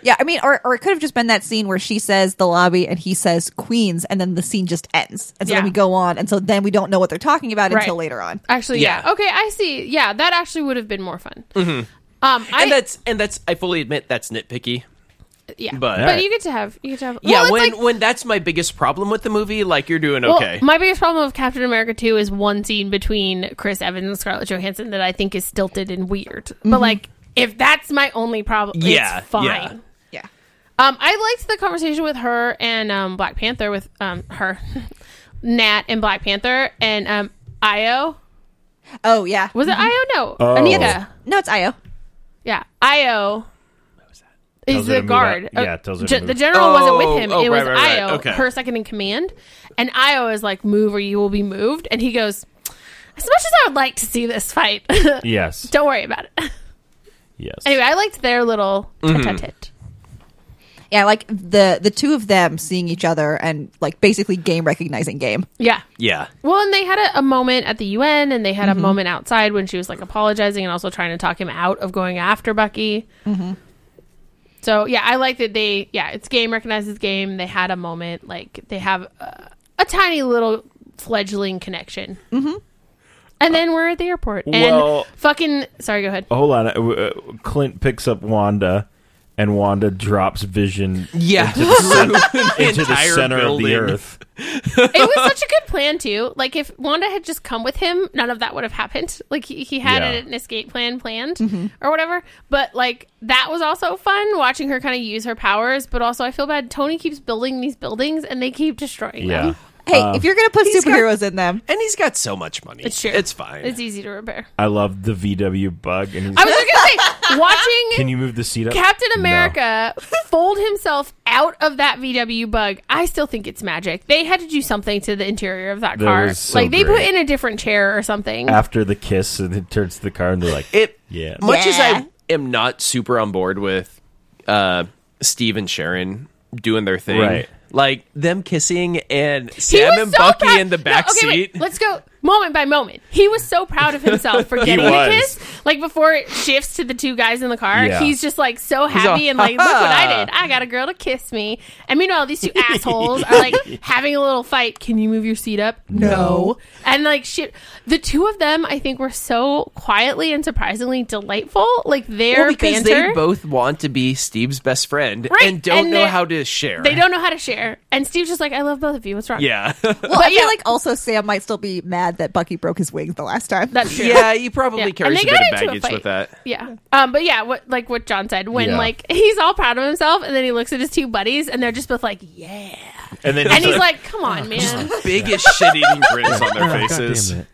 Yeah, I mean, or, or it could have just been that scene where she says the lobby and he says Queens, and then the scene just ends. And so Yeah. then we go on, and so then we don't know what they're talking about Right. until later on. Actually, yeah. Yeah. Okay, I see. Yeah, that actually would have been more fun. Mm-hmm. Um, I And that's and that's I fully admit that's nitpicky. yeah, but, but- you get to have you get to have Yeah, well, it's when like- when that's my biggest problem with the movie, like you're doing Well, okay. my biggest problem with Captain America 2 is one scene between Chris Evans and Scarlett Johansson that I think is stilted and weird. But like if that's my only problem, Mm-hmm. Yeah, it's fine. yeah. Yeah. Um I liked the conversation with her and um Black Panther with um her Nat and Black Panther and um Io. Oh, yeah. Was Mm-hmm. it Io? No. Oh. Anita. No, it's Io. Yeah. Io. Is Tells her the to move guard? out. Yeah, Uh, tells her ge- to the move. general wasn't Oh, with him. oh, it was right, right, right. Io, Okay. her second in command, and Io is like, "Move or you will be moved." And he goes, "As much as I would like to see this fight, Yes. don't worry about it." Yes. anyway, I liked their little Mm-hmm. tete-a-tete. Yeah, like the the two of them seeing each other and like basically game recognizing game. Yeah. yeah. Well, and they had a, a moment at the UN, and they had a moment outside when she was like apologizing and also trying to talk him out of going after Bucky. So yeah, I like that they yeah, it's game recognizes game. They had a moment like they have uh, a tiny little fledgling connection. Mm-hmm. And then we're at the airport. Well- and fucking sorry, go ahead. Hold on. Uh, Clint picks up Wanda, and Wanda drops Vision Yeah, into the, cen- The into the entire center of the building. earth. it was such a good plan too. Like if Wanda had just come with him, none of that would have happened. Like he, he had Yeah. Mm-hmm. an escape plan planned or whatever. But like that was also fun watching her kind of use her powers. But also I feel bad. Tony keeps building these buildings and they keep destroying Yeah. them. Hey, Uh, if you're gonna put he's got- superheroes in them, and he's got so much money. It's true. It's fine. It's easy to repair. I love the VW bug. And he's I was just gonna say watching Can you move the seat up? Captain No. America fold himself out of that VW bug. I still think it's magic. They had to do something to the interior of that That car. was so like they put great. in a different chair or something. After the kiss, and it turns to the car, and they're like, it Yeah. much as Yeah. i am not super on board with uh steve and sharon doing their thing Right. like them kissing and He sam was and so bucky proud- in the No, back okay, wait. seat let's go moment by moment. He was so proud of himself for getting the was. kiss. Like before it shifts to the two guys in the car, Yeah. he's just like so happy all, and like, look what I "Ha-ha." did. I got a girl to kiss me. And meanwhile, these two assholes are like having a little fight. Can you move your seat up? No. And like shit, the two of them, I think, were so quietly and surprisingly delightful. Like their well, because banter. they both want to be steve's best friend Right, and don't and know they- how to share they don't know how to share. And Steve's just like, I love both of you. What's wrong? yeah well, I feel yeah. like also Sam might still be mad that Bucky broke his wings the last time. That's true. yeah he probably Yeah, carries a and they bit of got into a baggage fight. with that Yeah. Um, but yeah, what like what John said, when Yeah. like he's all proud of himself and then he looks at his two buddies and they're just both like, Yeah. And then And he's like, Come on, man. biggest shit-eating grins on Oh, their faces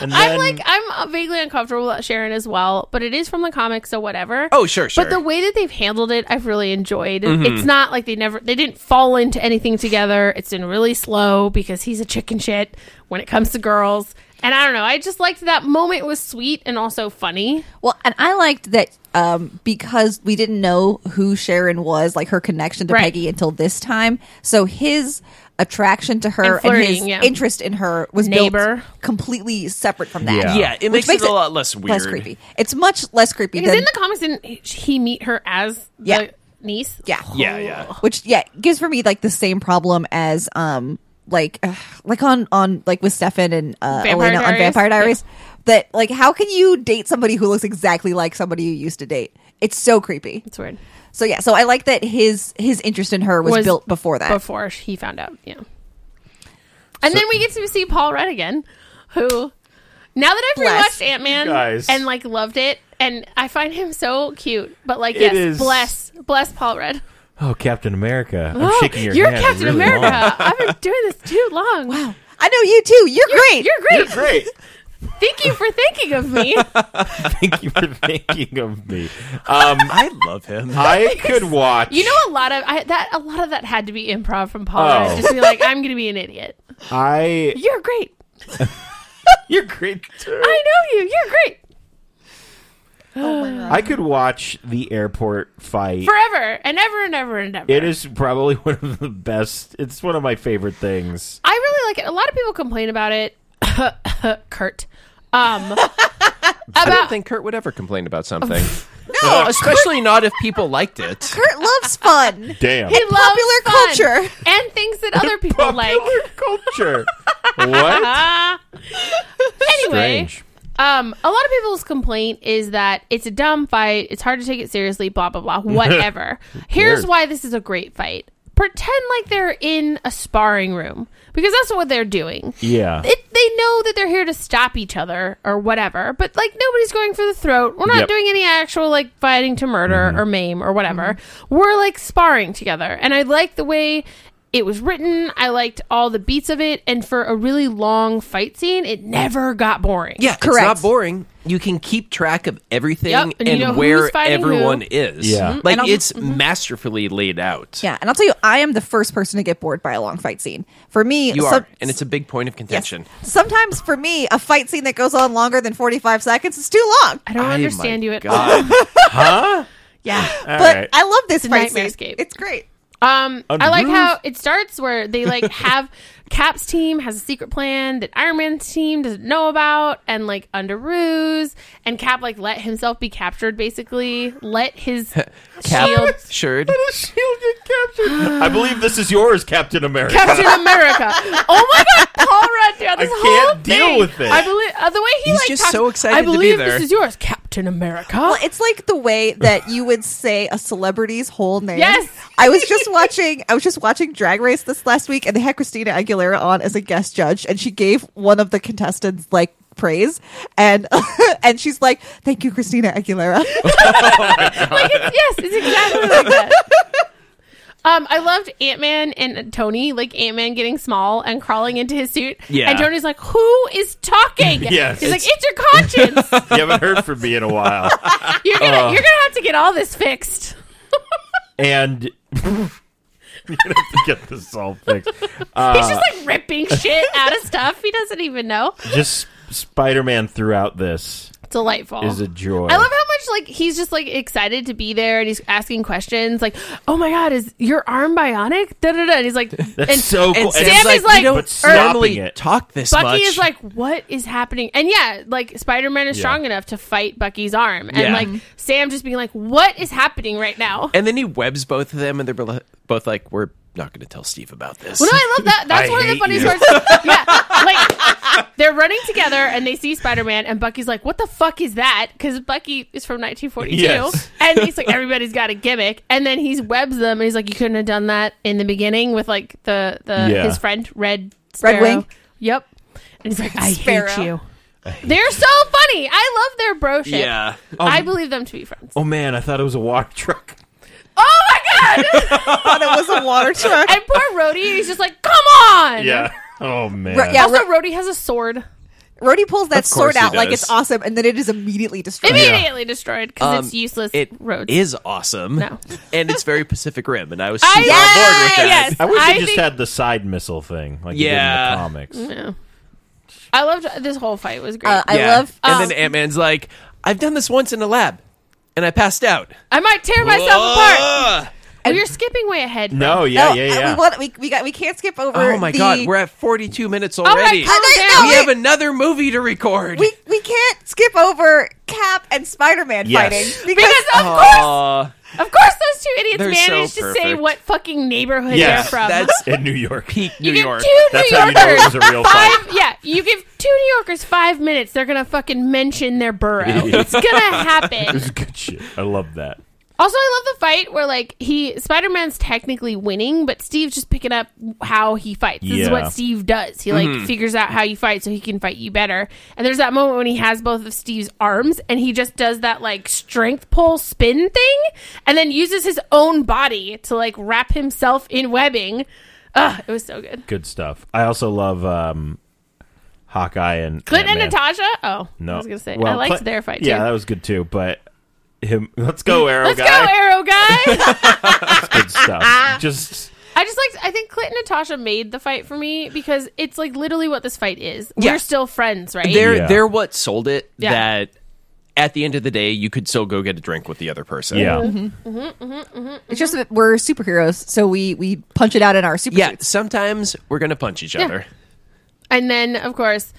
And I'm then, like I'm uh, vaguely uncomfortable about Sharon as well, but it is from the comics, so whatever. oh sure sure Mm-hmm. But the way that they've handled it, I've really enjoyed. It's not like they never they didn't fall into anything together. It's been really slow because he's a chicken shit when it comes to girls. And I don't know. I just liked that moment It was sweet and also funny. Well, and I liked that um, because we didn't know who Sharon was, like her connection to Right. Peggy until this time. So his attraction to her And and, flirting, his yeah. interest in her was Neighbor. built completely separate from that. Yeah. yeah it Which makes, it a lot less weird Less creepy. It's much less creepy Because than in the comics, didn't he- he meet her as Yeah. the niece? Oh, yeah, yeah yeah which yeah gives for me like the same problem as um like ugh, like on on like with Stefan and uh, Vampire Elena on Diaries? Vampire Diaries. That like how can you date somebody who looks exactly like somebody you used to date? It's so creepy. It's weird. So yeah, so I like that his his interest in her was, Was built before that. Before he found out, yeah. And then we get to see Paul Rudd again, who now that I've Bless. rewatched Ant Man Guys. and like loved it, and I find him so cute. But like, It yes, is- bless, bless Paul Rudd. Oh, Captain America. I'm Oh, shaking your you're hand Captain really America. long. I've been doing this too long. Wow, I know you too. You're, great. you're great. Great. Thank you for thinking of me. Thank you for thinking of me. Um, i love him I could watch. You know, a lot of I, that. A lot of that had to be improv from Paul Oh. Rudd. Just be like, I'm going to be an idiot. I You're great. you're great. too. I know you. You're great. I could watch the airport fight. forever and ever and ever and ever. It is probably one of the best. It's one of my favorite things. I really like it. A lot of people complain about it. Kurt. Um, i don't about think kurt would ever complain about something no especially not if people liked it Kurt loves fun. Damn. he loves popular fun culture. and things that other people Popular like. culture. what? Ah. anyway, Strange. um, a lot of people's complaint is that it's a dumb fight. It's hard to take it seriously. Blah blah blah. Whatever. Here's cares? why this is a great fight. Pretend like they're in a sparring room because that's what they're doing. Yeah. it, they know that they're here to stop each other or whatever, but like nobody's going for the throat. We're not Yep. doing any actual like fighting to murder or maim or whatever. We're like sparring together. And I like the way it was written. I liked all the beats of it. And for a really long fight scene, it never got boring. Yeah, Correct. it's not boring. You can keep track of everything Yep, and and, you know who's where fighting everyone who. Mm-hmm. is. Yeah. Mhm. Like And I'll- it's masterfully laid out. Yeah, and I'll tell you, I am the first person to get bored by a long fight scene. For me, You some- are, and it's a big point of contention. sometimes for me, a fight scene that goes on longer than forty five seconds is too long. I don't I understand you at all. Oh God. Yeah. but right. I love this a fight nightmare scene. escape. It's great. Um, A I like groove. how it starts where they like have Cap's team has a secret plan that Iron Man's team doesn't know about, and like under ruse, and Cap like let himself be captured, basically let his shield Captured. I believe this is yours, Captain America. Captain America. Oh my God, Paul that throughout I this can't whole deal thing. with it. I believe uh, the way he He's like just talks, so excited I to be believe there." this is yours, Captain America. Well, it's like the way that you would say a celebrity's whole name. Yes. I was just watching. I was just watching Drag Race this last week, and they had Christina Aguilera on as a guest judge, and she gave one of the contestants like praise, and and she's like, "Thank you, Christina Aguilera." like it's, yes, it's exactly like that. Um, I loved Ant Man and Tony, like Ant Man getting small and crawling into his suit. Yeah. And Tony's like, Who is talking? Yes. He's like, It's your conscience. you haven't heard from me in a while. you're gonna Oh. you're gonna have to get all this fixed. And you're gonna have to get this all fixed. Uh. He's just like ripping shit out of stuff. He doesn't even know. Just Spider-Man throughout this Delightful. is a joy. I love how much like he's just like excited to be there and he's asking questions like, "Oh my god, is your arm bionic?" Da da da. And he's like, That's and, so cool. And Sam Sam's like, is like- we don't But stopping normally it. talk this Bucky much. is like, what is happening? And yeah, like Spider Man is Yeah. strong enough to fight Bucky's arm, and Yeah. like Sam just being like, what is happening right now? and then he webs both of them, and they're bo- both like, "We're not going to tell Steve about this." Well, no, I love that. That's I one of the hate funniest you. parts. yeah, like they're running together and they see Spider Man, and Bucky's like, "What the fuck is that?" Because Bucky is from 1942, Yes. and he's like, "Everybody's got a gimmick." And then he's webs them, and he's like, "You couldn't have done that in the beginning with like the the Yeah. his friend Red Red Sparrow. Wing? Yep." And he's like, "I Sparrow. hate you." They're so funny. I love their bro shit. Yeah. I Um, believe them to be friends. Oh man, I thought it was a water truck. Oh my god! thought it was a water truck. and poor Rhodey, he's just like, "Come on!" Oh man. Right, yeah. Also, Rhodey has a sword. Rhodey pulls that sword course he out like does. it's awesome, and then it is immediately destroyed. immediately destroyed because it's Um, useless It roads. is awesome, No. Ah, and it's very Pacific Rim, and I was I- super on board with that. Yes. I wish I it just think- Mm. had the side missile thing, like Yeah. you did in the comics. Yeah. I loved this whole fight was great. Uh, I Yeah. love. And um, then Ant Man's like, "I've done this once in a lab, and I passed out." I might tear myself apart. Oh, you're skipping way ahead. No, yeah, no, yeah, uh, yeah. We, want, we, we got. We can't skip over. Oh my the- god, we're at 42 minutes All right, already. calm I think- down. we no, have another movie to record. we we can't skip over Cap and Spider Man Yes. fighting because because of course, Aw, of course, those two idiots They're so managed to say perfect. what fucking neighborhood Yes, they're from. that's in New York. peak New you give York. two That's New how you know it was Yorkers. a real fight. Five, yeah, you give two New Yorkers five minutes, they're gonna fucking mention their borough. it's gonna happen. It's good shit. I love that. Also, I love the fight where like he Spider Man's technically winning, but Steve's just picking up how he fights. This is Yeah. what Steve does. He like figures out how you fight so he can fight you better. And there's that moment when he has both of Steve's arms and he just does that like strength pull spin thing, and then uses his own body to like wrap himself in webbing. Ugh, it was so good. Good stuff. I also love um, Hawkeye and Clint Ant-Man. and Natasha. Oh, No, I was gonna say Well, I liked Clint- their fight too. Yeah, that was good too. But him, let's go, Arrow Let's guy. go, Arrow guy. Good stuff. Just I just liked. I think Clinton and Natasha made the fight for me because it's like literally what this fight is. Yeah. We're still friends, right? They're Yeah. they're what sold it Yeah. that at the end of the day you could still go get a drink with the other Mm-hmm. person. yeah, it's just that we're superheroes, so we we punch it out in our super Yeah, suits. sometimes we're going to punch each other. and then of course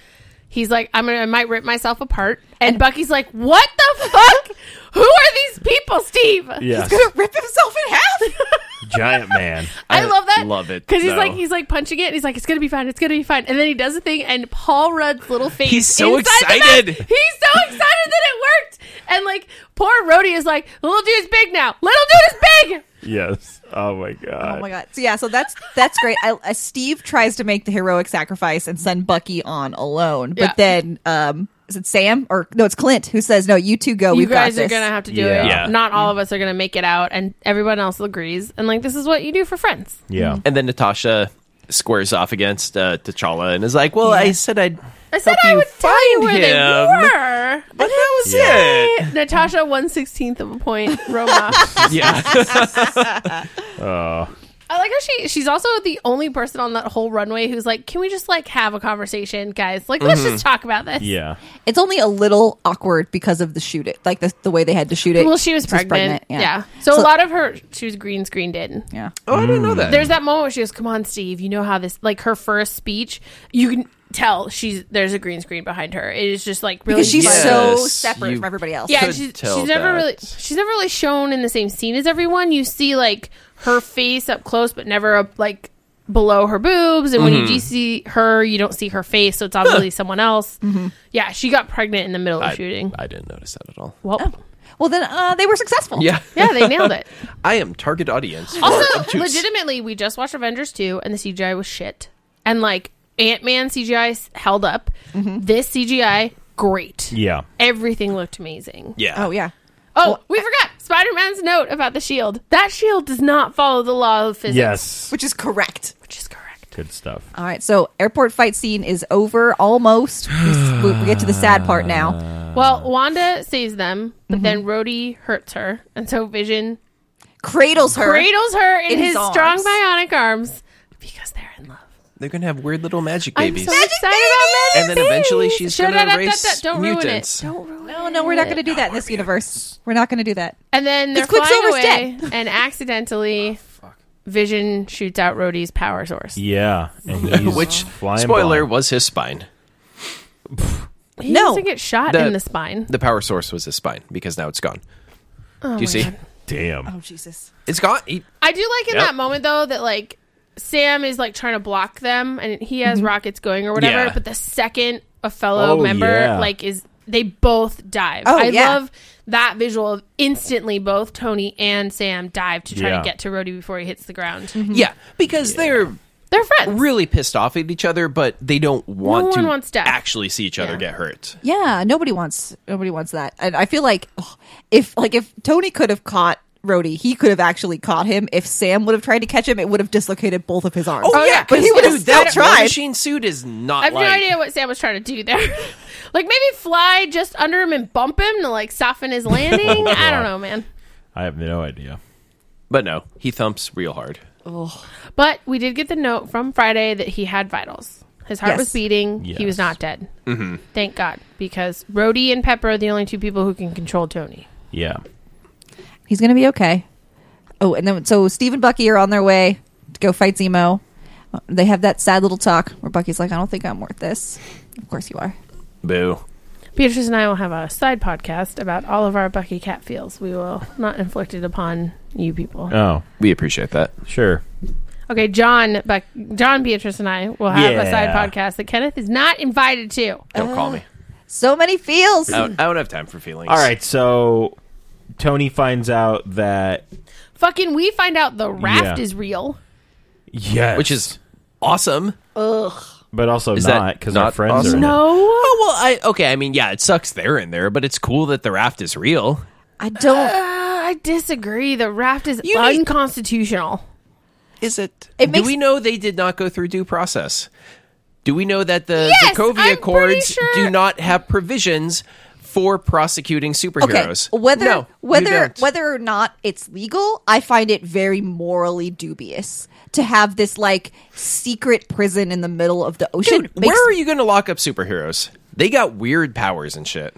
he's like, "I'm gonna, I might rip myself apart," and Bucky's like, "What the fuck? Who are these people, Steve?" yes. He's gonna rip himself in half. Giant man. I, love that. love it, because he's though. like he's like punching it. and He's like, "It's gonna be fine. It's gonna be fine." And then he does a thing, and Paul Rudd's little face. He's so inside the mask- excited. he's so excited that it worked. And like poor Rhodey is like, "Little dude's big now. Little dude is big." Yes. Oh my god. Oh my god! So yeah, so that's that's great. I, uh, Steve tries to make the heroic sacrifice and send Bucky on alone, but Yeah. then um, is it Sam or no? It's Clint who says, "No, you two go. you We've guys got are this." gonna have to do Yeah. it. Yeah. Not all of us are gonna make it out, and everyone else agrees. And like, this is what you do for friends. Yeah. And then Natasha squares off against uh, T'Challa and is like, "Well, I said I'd I said help I you would tell you find where him." they But that was it. were. Natasha, one sixteenth of a point. Roma. Yeah. I like how she she's also the only person on that whole runway who's like, can we just like have a conversation, guys? Like, let's Mm-hmm. just talk about this. Yeah. It's only a little awkward because of the shoot it, like the the way they had to shoot it. Well, she was pregnant. yeah. So, a lot of her she was green screened in. Yeah. oh, I didn't know that. There's that moment where she goes, "Come on, Steve. You know how this." Like her first speech, you can tell she's there's a green screen behind her. It is just like really Because she's Yes, so you- separate from everybody else. yeah, could she's, she's tell never that. really she's never really shown in the same scene as everyone. You see like her face up close, but never up like below her boobs, Mm-hmm. and when you do see her, you don't see her face, so it's obviously someone else. Mm-hmm. Yeah, she got pregnant in the middle of I, shooting. I didn't notice that at all. well, Oh. Well, then uh, they were successful. Yeah. yeah, they nailed it. I am target audience. for Also, obtuse. legitimately, we just watched Avengers 2 and the CGI was shit. And like Ant Man CGI s- held up. This CGI, great. Yeah. Everything looked amazing. Yeah. Oh yeah. Oh, we forgot Spider Man's note about the shield. That shield does not follow the law of physics. Yes. Which is correct. Which is correct. Good stuff. All right, so airport fight scene is over almost. We, s- we- we get to the sad part now. Well, Wanda saves them, but then Rhodey hurts her. And so Vision Cradles her. cradles her in, In his, his arms. strong bionic arms because they're in love. They're going to have weird little magic I'm babies. so excited about and then eventually she's Shut going up, to shut erase up, Don't mutants. ruin it. Don't ruin No, no, we're not going to do that in this universe. We're not going to do that. And then they're 'Cause flying Quicksilver's away, and accidentally, Oh, Vision shoots out Rhodey's power source. Yeah. And he's Which, flying spoiler, blind. was his spine. He No. doesn't get shot The- in the spine. The power source was his spine because now it's gone. Oh do you see? Damn. Jesus. It's gone. He- I do like in Yep. that moment though that like Sam is like trying to block them, and he has rockets going or whatever. Yeah. But the second a fellow Oh, member yeah. like is they both dive. Oh, I yeah. love that visual of instantly both Tony and Sam dive to try Yeah. to get to Rhodey before he hits the ground. yeah, because they're They're friends. really pissed off at each other, but they don't want one to wants death. actually see each other Yeah. get hurt. Yeah, nobody wants nobody wants that. And I feel like ugh, if like if Tony could have caught Rhodey, he could have actually caught him. If Sam would have tried to catch him, it would have dislocated both of his arms. Oh, yeah, but he 'cause would have dude, still that tried. machine suit is not. I have like, no idea what Sam was trying to do there. like maybe fly just under him and bump him to like soften his landing. I don't know, man. I have no idea. But no, he thumps real hard. But we did get the note from Friday that he had vitals. His heart Yes. was beating. He Yes. was not dead. Mm-hmm. Thank God, because Rhodey and Pepper are the only two people who can control Tony. Yeah. He's gonna be okay. Oh, and then so Steve and Bucky are on their way to go fight Zemo. They have that sad little talk where Bucky's like, "I don't think I'm worth this." Of course you are. Boo. Beatrice and I will have a side podcast about all of our Bucky cat feels. We will not inflict it upon you people. Oh, We appreciate that. sure. Okay, John, Buck, John, Beatrice, and I will have a side Yeah. podcast that Kenneth is not invited to. Don't call Uh, me. So many feels. I don't, I don't have time for feelings. All right. So Tony finds out that Fucking, we find out the raft Yeah. is real. yes, Which is awesome. but also Is that not because not our friends awesome? are in it. No. Oh well, I okay. I mean, yeah, it sucks they're in there, but it's cool that the raft is real. I don't. Uh, I disagree. The raft is You need- unconstitutional. Is it? It makes- Do we know they did not go through due process? Do we know that the Yes, Sokovia I'm pretty Accords sure- do not have provisions for prosecuting Okay, superheroes? whether No, you whether don't. whether or not it's legal, I find it very morally dubious to have this like secret prison in the middle of the ocean. Dude, Makes- where are you going to lock up superheroes? They got weird powers and shit.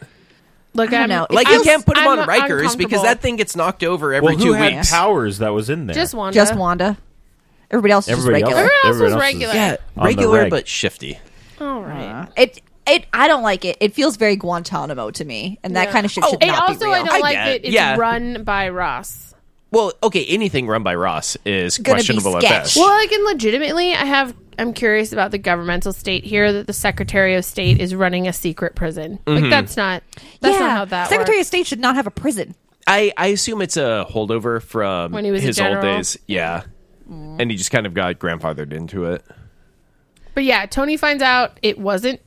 Look, don't I'm- know. Like I'm- you can't put them I'm on Rikers because uncomfortable. that thing gets knocked over every Well, who two had weeks. powers that was in there? just Wanda. just Wanda. Everybody else is just Everybody else. regular. Everyone else was is- regular. yeah, On the regular reg. but shifty. All right. It it I don't like it. It feels very Guantanamo to me, and that Yeah. kind of shit should and not also, be I real. don't I like get that it. it's Yeah. run by Ross. Well, okay, anything run by Ross is Gonna be questionable at sketch. best. Well, like, and legitimately, I have. I'm curious about the governmental state here that the Secretary of State is running a secret prison. Mm-hmm. Like, that's not. That's yeah, not how that Secretary works. of State should not have a prison. I, I assume it's a holdover from When he was a his old general. days. Yeah. And he just kind of got grandfathered into it. But yeah, Tony finds out it wasn't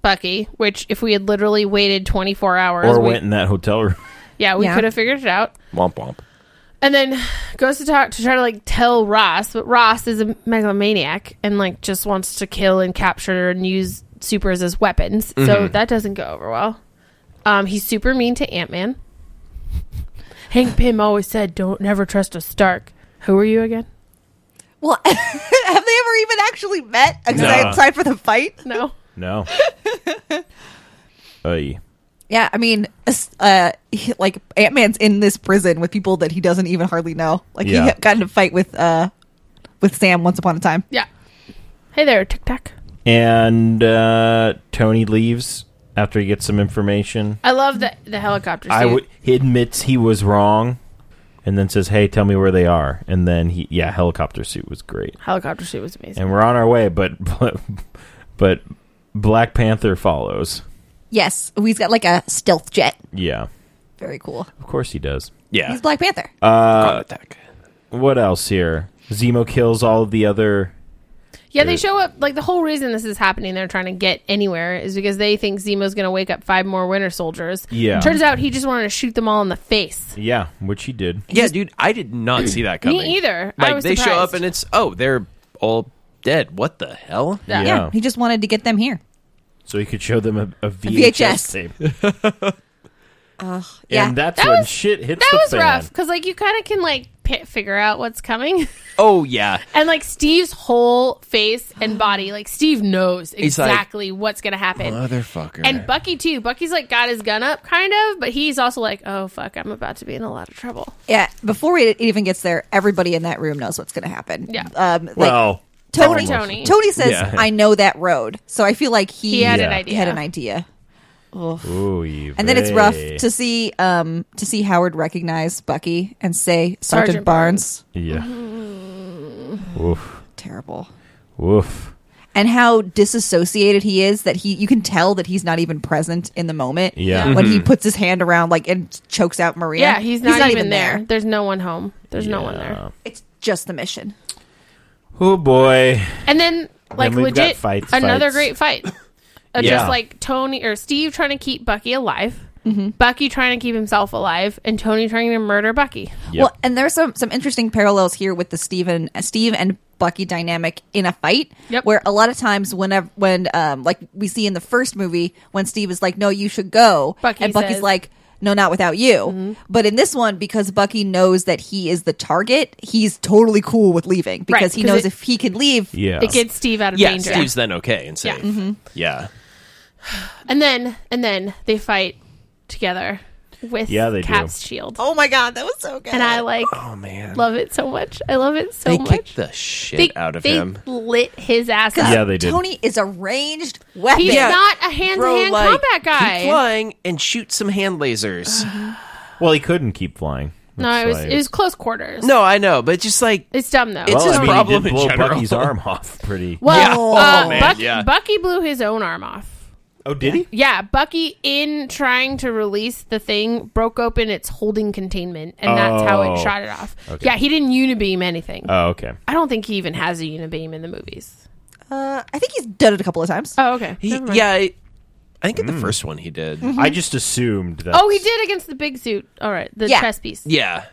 Bucky. Which, if we had literally waited 24 hours, or we- went in that hotel room. yeah, we Yeah. could have figured it out. Womp womp. and then goes to talk to try to like tell Ross, but Ross is a megalomaniac and like just wants to kill and capture and use supers as weapons. So that doesn't go over well. Um, he's super mean to Ant Man. Hank Pym always said, "Don't never trust a Stark." Who are you again? Well, have they ever even actually met aside, Nah. aside for the fight? No. No. Oy. Yeah, I mean, s- uh, he- like Ant Man's in this prison with people that he doesn't even hardly know. Like he Yeah. got in a fight with uh with Sam once upon a time. Yeah. Hey there, Tic Tac. And uh, Tony leaves after he gets some information. I love the the helicopter. Suit. I would. He admits he was wrong. and then says, "Hey, tell me where they are." And then he, yeah, helicopter suit was great, Helicopter shoot was amazing. and we're on our way. But but, but Black Panther follows. Yes, he's got like a stealth jet. Yeah, Very cool. of course he does. Yeah. Uh, He's Black Panther. Oh, Got it, that guy. What else here? Zemo kills all of the other. Yeah, they Good. show up. Like the whole reason this is happening, they're trying to get anywhere, is because they think Zemo's going to wake up five more Winter Soldiers. Yeah. Turns out he just wanted to shoot them all in the face. Yeah, which he did. Yeah, dude, I did not see that coming. either. I Like was they show surprised. up and it's oh, they're all dead. What the hell? Yeah. Yeah. He just wanted to get them here. So he could show them a, a VHS. VHS, tape. Yeah. And that's That when was- shit hits That the was fan. rough because like you kind of can like pi figure out what's coming, Oh yeah. and like Steve's whole face and body, like Steve knows like, exactly what's going to happen. Motherfucker. And Bucky too. Bucky's like got his gun up, kind of, but he's also like, "Oh fuck, I'm about to be in a lot of trouble." Yeah, before it even gets there, everybody in that room knows what's going to happen. Yeah. Um, like, Well, Tony, Tony. Tony. says, Yeah. "I know that road," so I feel like he, He had an Yeah. idea. had an idea. Oof. ooh, And then it's rough vey. to see um, to see Howard recognize Bucky and say, "Sergeant, Sergeant Barnes." Yeah. Woof. Terrible. Woof. And how disassociated he is that he you can tell that he's not even present in the moment. Yeah. When he puts his hand around like and chokes out Maria. Yeah, he's not, even, there. There's no one home. There's no one there. It's just the mission. Oh boy. And then like we've got legit fights, another fights. great fight. Of Yeah. Just like Tony or Steve trying to keep Bucky alive, Bucky trying to keep himself alive, and Tony trying to murder Bucky. Yep. Well, and there's some some interesting parallels here with the Steven Steve and Bucky dynamic in a fight. Yep. Where a lot of times whenever when um like we see in the first movie when Steve is like, No, you should go Bucky and Bucky's says- like, No, not without you. But in this one, because Bucky knows that he is the target, he's totally cool with leaving because he 'cause knows it- if he can leave yeah. It gets Steve out of yeah, danger. Steve's then okay and safe. Yeah. Mm-hmm. Yeah. yeah. And then and then they fight together with Yeah, they do. Cap's shield. Oh my god, that was so good. And I like Oh man. love it so much. I love it so they much. kicked the shit out of they him. lit his ass up. Yeah, they did. Tony is a ranged weapon. He's not a hand to hand like, combat Keep guy. flying and shoot some hand lasers. well, he couldn't keep flying. No, It's it was like- it was close quarters. no, I know, but just like It's dumb though. It's well, his I mean, problem he in did blow general. Bucky's arm off pretty. Yeah. Well, Oh, uh, man, Bucky, yeah. Bucky blew his own arm off. Oh, did he? Yeah, Bucky, in trying to release the thing, broke open its holding containment, and that's how it Oh. shot it off. Yeah, he didn't unibeam anything. Oh, okay. I don't think he even has a unibeam in the movies. Uh, I think he's done it a couple of times. Oh, okay. he, yeah, I, I think in the first one he did. Mm-hmm. I just assumed that. Oh, he did against the big suit. All right, the Yeah. chest piece. Yeah.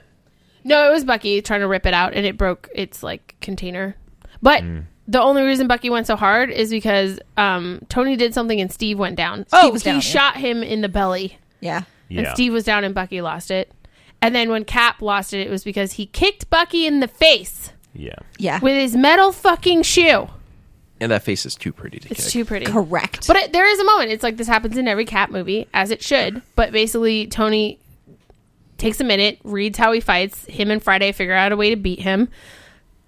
No, it was Bucky trying to rip it out, and it broke its like container. But the only reason Bucky went so hard is because um, Tony did something, and Steve went down. oh, was he down, yeah. shot him in the belly. Yeah. Yeah. and Steve was down and Bucky lost it. And then when Cap lost it, it was because he kicked Bucky in the face Yeah. Yeah. with his metal fucking shoe. And that face is too pretty to It's kick. too pretty. Correct. But it, there is a moment. It's like this happens in every Cap movie, as it should. But basically, Tony takes a minute, reads how he fights. Him and Friday figure out a way to beat him.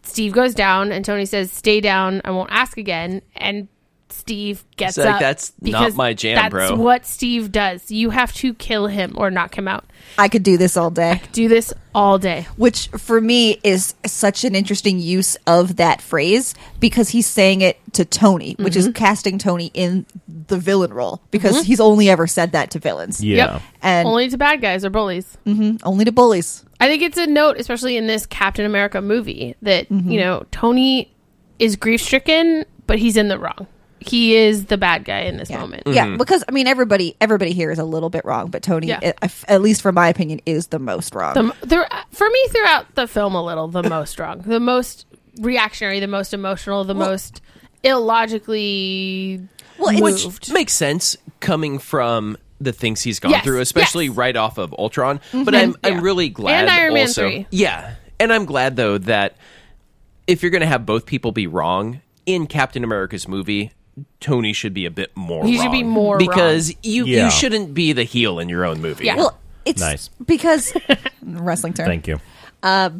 Steve goes down, and Tony says, "Stay down. I won't ask again." And Steve gets It's like, up. "That's not because my jam, that's bro." what Steve does. You have to kill him or knock him out. I could do this all day. Do this all day. which for me is such an interesting use of that phrase because he's saying it to Tony, which Mm-hmm. is casting Tony in the villain role because he's only ever said that to villains. Yeah. And only-, only to bad guys or bullies. to bullies. I think it's a note, especially in this Captain America movie, that Mm-hmm. you know Tony is grief stricken, but he's in the wrong. He is the bad guy in this Yeah. moment. Mm-hmm. Yeah, because I mean everybody everybody here is a little bit wrong, but Tony Yeah. I- I f- at least from my opinion is the most wrong. The m- there- Um, for me, throughout the film, a little the most wrong, the most reactionary, the most emotional, the most illogically well, moved. it's, Makes sense coming from the things he's gone Yes, through, especially yes. Mm-hmm. right off of Ultron. But I'm Yeah. I'm really glad And Iron Man also, 3. Yeah. And I'm glad though that if you're gonna have both people be wrong in Captain America's movie, Tony should be a bit more He should wrong. be more because you Yeah. you shouldn't be the heel in your own movie. Yeah. well, it's Nice. because wrestling term. Thank you. Well,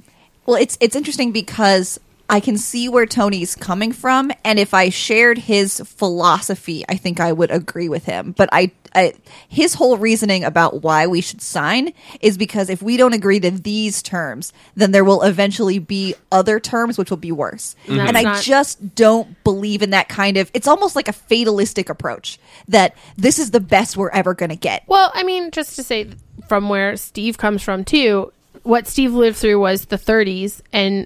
it's it's interesting because I can see where Tony's coming from, and if I shared his philosophy, I think I would agree with him. But I, I his whole reasoning about why we should sign is because if we don't agree to these terms, then there will eventually be other terms which will be worse. That's And I not- just don't believe in that kind of. It's almost like a fatalistic approach that this is the best we're ever going to get. Well, I mean, just to say from where Steve comes from too, what Steve lived through was the 30s and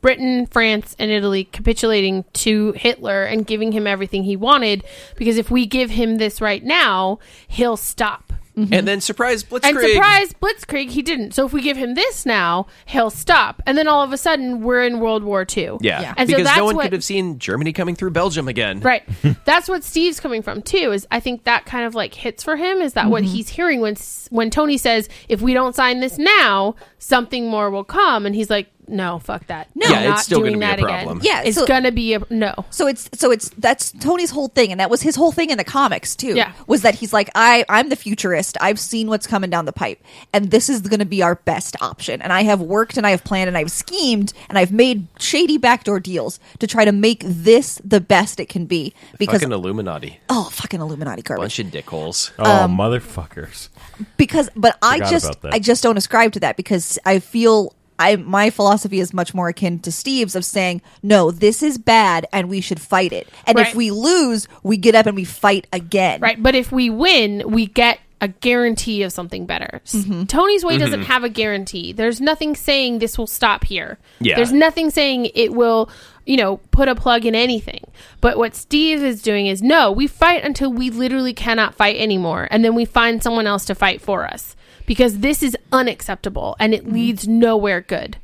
Britain, France, and Italy capitulating to Hitler and giving him everything he wanted because if we give him this right now, he'll stop. And then surprise Blitzkrieg. mm-hmm. And surprise, Blitzkrieg, he didn't. So if we give him this now, he'll stop. And then all of a sudden, we're in World War II. Yeah. And so because that's no one what, could have seen Germany coming through Belgium again. Right. That's what Steve's coming from too. Is I think that kind of like hits for him. Is that what Mm-hmm. he's hearing when s- when Tony says, "If we don't sign this now, something more will come," and he's like, "No, fuck that. No, Yeah, it's still gonna be a problem. Yeah, it's so- gonna be a no." So it's so it's that's Tony's whole thing, and that was his whole thing in the comics too. Yeah. was that he's like, I I'm the futurist. I've seen what's coming down the pipe, and this is going to be our best option. And I have worked, and I have planned, and I've schemed, and I've made shady backdoor deals to try to make this the best it can be. Because Fucking Illuminati. oh, fucking Illuminati garbage. Bunch of dickholes. Oh, motherfuckers. because but i Forgot just about that. i just don't ascribe to that because i feel i my philosophy is much more akin to steve's of saying no this is bad and we should fight it and if Right. we lose we get up and we fight again Right. But if we win, we get a guarantee of something better. S- Tony's way doesn't have a guarantee. There's nothing saying this will stop here. Yeah. There's nothing saying it will, you know, put a plug in anything. But what Steve is doing is no, we fight until we literally cannot fight anymore. And then we find someone else to fight for us because this is unacceptable and it leads nowhere good.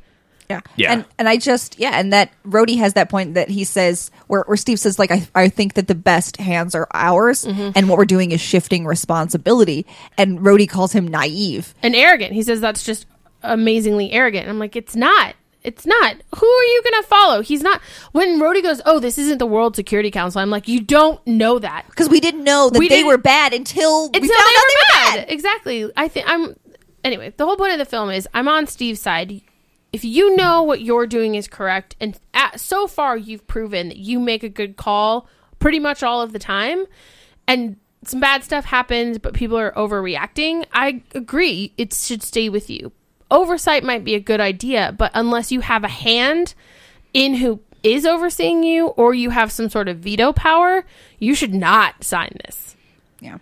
yeah Yeah. and and i just yeah and that Rhodey has that point that he says where, where steve says like I, I think that the best hands are ours Mm-hmm. and what we're doing is shifting responsibility and Rhodey calls him naive and arrogant. He says that's just amazingly arrogant. And I'm like, it's not. It's not. Who are you going to follow? He's not. When Rhodey goes, oh, this isn't the World Security Council. I'm like, you don't know that. because we didn't know that We they didn't- were bad until, we Until found out they were bad. Exactly. I think I'm. Anyway, the whole point of the film is I'm on Steve's side. If you know what you're doing is correct, and at, so far you've proven that you make a good call pretty much all of the time, and some bad stuff happens, but people are overreacting, I agree. It should stay with you. Oversight might be a good idea, but unless you have a hand in who is overseeing you or you have some sort of veto power, you should not sign this. Yeah.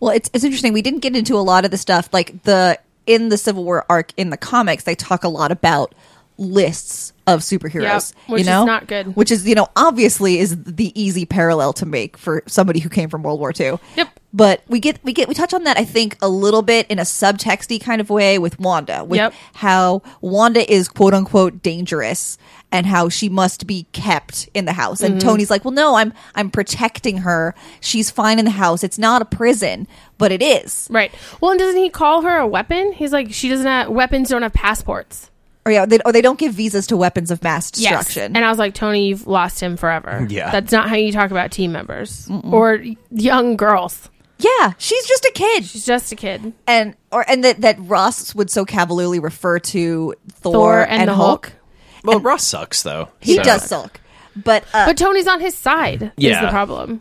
Well, it's it's interesting. We didn't get into a lot of the stuff like the in the Civil War arc in the comics. They talk a lot about lists of superheroes. Yep, which you know? is not good. Which is you know obviously is the easy parallel to make for somebody who came from World War II. Yep. But we get we get we touch on that I think a little bit in a subtexty kind of way with Wanda with Yep. how Wanda is quote unquote dangerous and how she must be kept in the house. Mm-hmm. And Tony's like, "Well, no, I'm I'm protecting her. She's fine in the house. It's not a prison, but it is." Right. Well, and doesn't he call her a weapon? He's like, she doesn't have weapons, don't have passports. Or yeah, they, or they don't give visas to weapons of mass destruction. And I was like, Tony, you've lost him forever. Yeah. That's not how you talk about team members or young girls. yeah, she's just a kid. She's just a kid. and or and that that Ross would so cavalierly refer to Thor, Thor and the Hulk. Well, Ross sucks though. He so- does sulk. But, uh, But Tony's on his side. Is Yeah. the problem.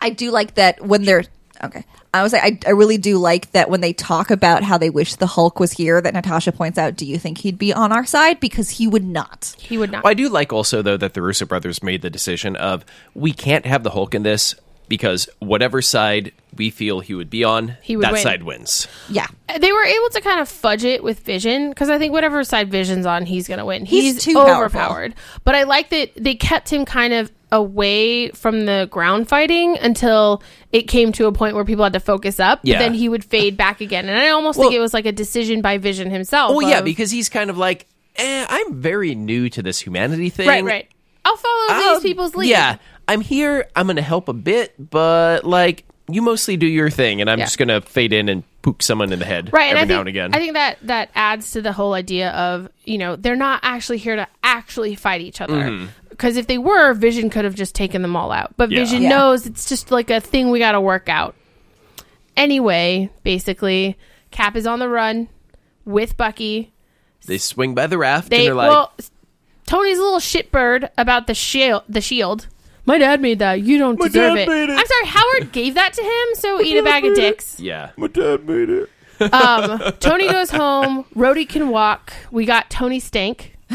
I do like that when they're okay. I was like, I, I really do like that when they talk about how they wish the Hulk was here. That Natasha points out, do you think he'd be on our side? Because he would not. He would not. Well, I do like also though that the Russo brothers made the decision of we can't have the Hulk in this because whatever side we feel he would be on, He would that win. side wins. Yeah, They were able to kind of fudge it with Vision because I think whatever side Vision's on, he's going to win. He's He's, too powerful. overpowered. But I like that they kept him kind of away from the ground fighting until it came to a point where people had to focus up. But Yeah. then he would fade back again. And I almost Well- think it was like a decision by Vision himself. Well, yeah, of- because he's kind of like, eh, I'm very new to this humanity thing. Right, right. I'll follow I'll- these people's lead. Yeah, I'm here. I'm going to help a bit, but like you mostly do your thing, and I'm Yeah. just going to fade in and poke someone in the head Right, every and I now think, and again. I think that that adds to the whole idea of you know they're not actually here to actually fight each other because if they were, Vision could have just taken them all out. But Mm-hmm. Yeah. Vision Yeah. knows it's just like a thing we got to work out. Anyway, basically, Cap is on the run with Bucky. they swing by the raft, They and they're like, well, Tony's a little shitbird about the shield. The shield. My dad made that. You don't deserve dad it. made it. I'm sorry. Howard gave that to him. So eat a bag of dicks. Yeah. My dad made it. Um, Tony goes home. Rhodey can walk. We got Tony Stank.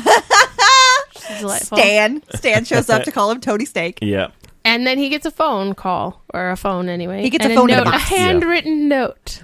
She's delightful. Stan. Stan shows up to call him Tony Steak. Yeah. And then he gets a phone call or a phone anyway. He gets and a phone in a note, a box. handwritten note.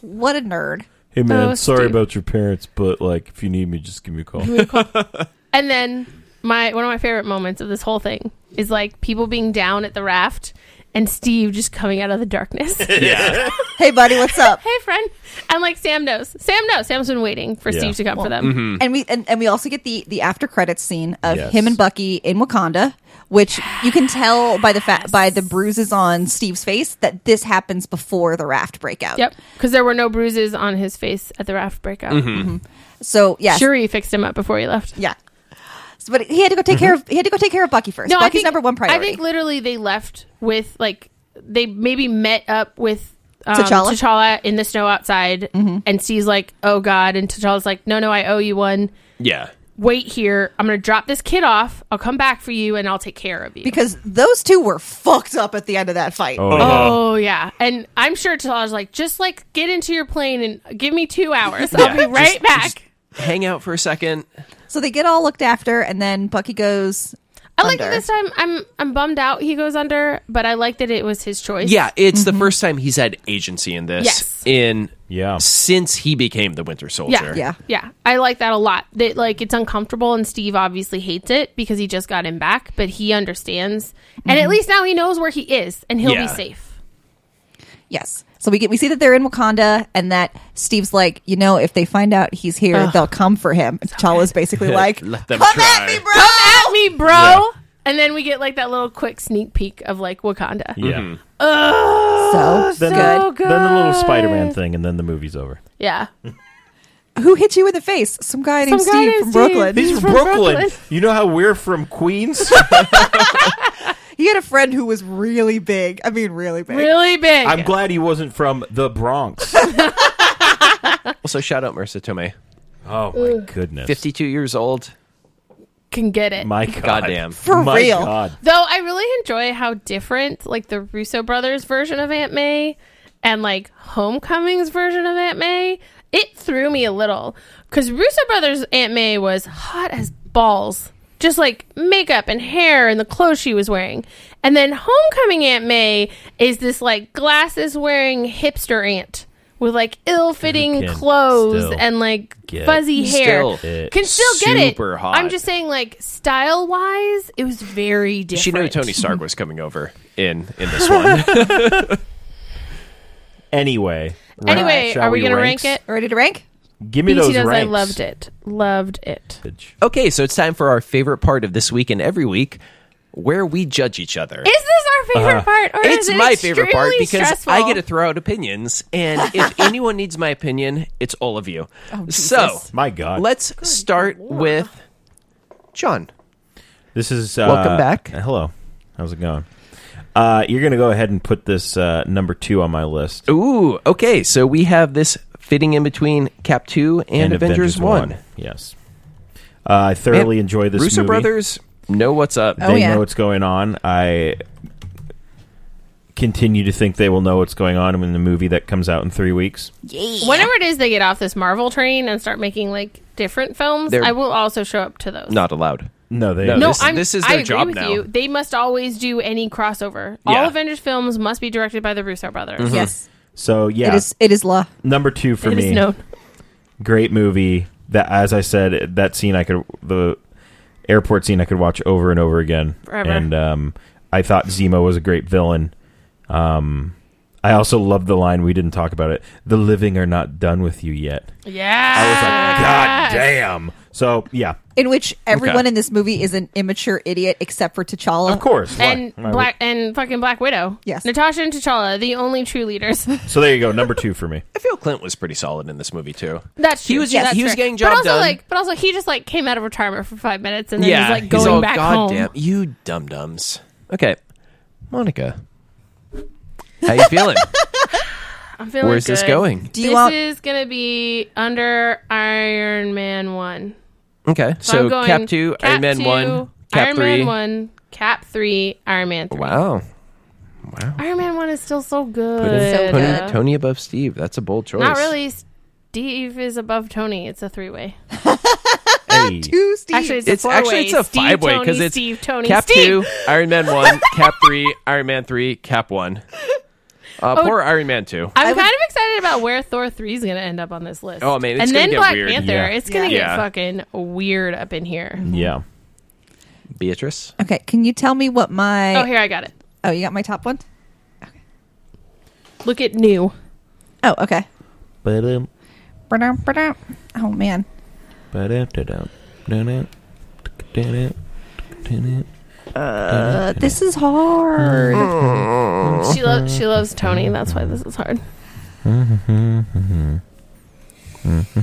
What a nerd. Hey man, Oh, sorry Steve. about your parents, but like if you need me, just give me a call. And then my one of my favorite moments of this whole thing is like people being down at the raft and Steve just coming out of the darkness. hey yeah. Hey, buddy, what's up? friend. And like Sam knows. Sam knows. Sam's been waiting for Yeah. Steve to come for them. and we and, and we also get the the after credits scene of Yes. him and Bucky in Wakanda, which you can tell by the fa- by the bruises on Steve's face that this happens before the raft breakout. Yep. Because there were no bruises on his face at the raft breakout. So yeah, Sure he fixed him up before he left. yeah. So, but he had to go take care of he had to go take care of Bucky first. Mm-hmm. No, I Bucky's think number one priority. I think literally they left with like they maybe met up with um, T'Challa? Mm-hmm. T'Challa? in the snow outside, and Steve's like, "Oh God!" and T'Challa's like, "No, no, I owe you one. Yeah. Wait here. I'm gonna drop this kid off. I'll come back for you, and I'll take care of you." because those two were fucked up at the end of that fight. Oh, yeah. Oh yeah, and I'm sure T'Challa's like, "Just like get into your plane and give me two hours. I'll be right back." Hang out for a second. So they get all looked after, and then Bucky goes. I like that under. this time. I'm I'm bummed out. He goes under, but I like that it was his choice. Yeah, it's the first time he's had agency in this mm-hmm. Yes. in Yeah. since he became the Winter Soldier. Yeah. Yeah. Yeah, I like that a lot. That like it's uncomfortable, and Steve obviously hates it because he just got him back, but he understands, and Mm-hmm. at least now he knows where he is, and he'll Yeah. be safe. Yes. So we get we see that they're in Wakanda and that Steve's like, you know, if they find out he's here, they'll come for him. And T'Challa's basically like, Let them come at try. me, bro. Come at me, bro! And then we get like that little quick sneak peek of like Wakanda. Yeah. So, so the, Then the little Spider-Man thing, and then the movie's over. Yeah, good. Who hit you in the face? Some guy named Some guy Steve named from Steve. Brooklyn. He's He's from Brooklyn. Brooklyn. You know how we're from Queens? He had a friend who was really big. I mean, really big. really big. I'm glad he wasn't from the Bronx. Also, shout out Marissa Tomei, Oh my goodness. fifty-two years old. Can get it. My God. Goddamn. For My real. God. Though I really enjoy how different like the Russo brothers version of Aunt May and like Homecoming's version of Aunt May. It threw me a little cuz Russo brothers Aunt May was hot as balls. Just like makeup and hair and the clothes she was wearing. And then Homecoming Aunt May is this like glasses wearing hipster aunt with like ill-fitting can clothes still and like get fuzzy hair. Still it. Can still get it. Super hot. I'm just saying like style wise it was very different She knew Tony Stark was coming over in in this one. Anyway. rank- anyway shall are we, gonna ranks? rank it Ready to rank? Give me BT those does i ranks. loved it loved it Bitch. okay, so it's time for our favorite part of this week and every week, where we judge each other. is this our favorite part or Uh-huh. it's is it my favorite part extremely because stressful? I get to throw out opinions, and if anyone needs my opinion, it's all of you. Oh, so My God. let's start with John. This is uh, Welcome back. uh, Hello, how's it going? Uh, you're gonna go ahead and put this uh, number two on my list. Ooh, okay. So we have this fitting in between Cap Two and, Avengers, One. Yes, uh, I thoroughly enjoy this. Russo movie. brothers know what's up. They Oh, yeah. know what's going on. I continue to think they will know what's going on in the movie that comes out in three weeks. whenever it is they get off this marvel train and start making like different films They're- i will also show up to those Not allowed. No, they. No, no, this- I'm, this is I their agree job with now. you. They must always do any crossover. All Yeah. Mm-hmm. Avengers films must be directed by the Russo brothers. Yes. so yeah, It is. It is law. number two for It me. is known. great movie that as i said that scene i could the airport scene i could watch over and over again Forever. and um, i thought zemo was a great villain um, i also love the line we didn't talk about it the living are not done with you yet Yeah. i was like god damn so yeah In which everyone Okay. in this movie is an immature idiot except for T'Challa. of course Why- And why would- black and fucking Black Widow. Yes. Natasha and T'Challa, the only true leaders. so there you go number two for me I feel Clint was pretty solid in this movie too. That's true. He was- Yeah, he that's was true. getting but job also, done. Like, but also, he just like came out of retirement for five minutes and then he's like he's going all, back God home. damn you, dum dums. Okay, Monica, how you feeling? I'm feeling Where's this good. going? Do you this want- is gonna be under Iron Man one. Okay, So, I'm so, going Cap two, Iron Man one, Cap Iron three. Man one, Cap three, Iron Man three. Wow, Iron Man one is still so putting, good. So putting good. Tony above Steve. That's a bold choice. Not really. Steve is above Tony. It's a three way. Hey, Two Steve. Actually, it's, It's a four actually way. it's a Steve, five way because Tony, it's Steve Tony Cap Steve. two, Iron Man one, Cap three, Iron Man three, Cap one. Oh, Uh, Poor Iron Man two. I'm would- kind of excited about where Thor three is going to end up on this list. Oh, man, it's and gonna then get Black weird. Panther. Yeah. It's going to Yeah. get fucking weird up in here. yeah. Beatrice. Okay, can you tell me what my Oh, here I got it. Oh, you got my top one? Look at new. Oh, okay. But um, Ba-dum, ba-dum. Oh man. but after that, dun it, dun it, dun it. Uh, this is hard. She loves she loves Tony. That's why this is hard.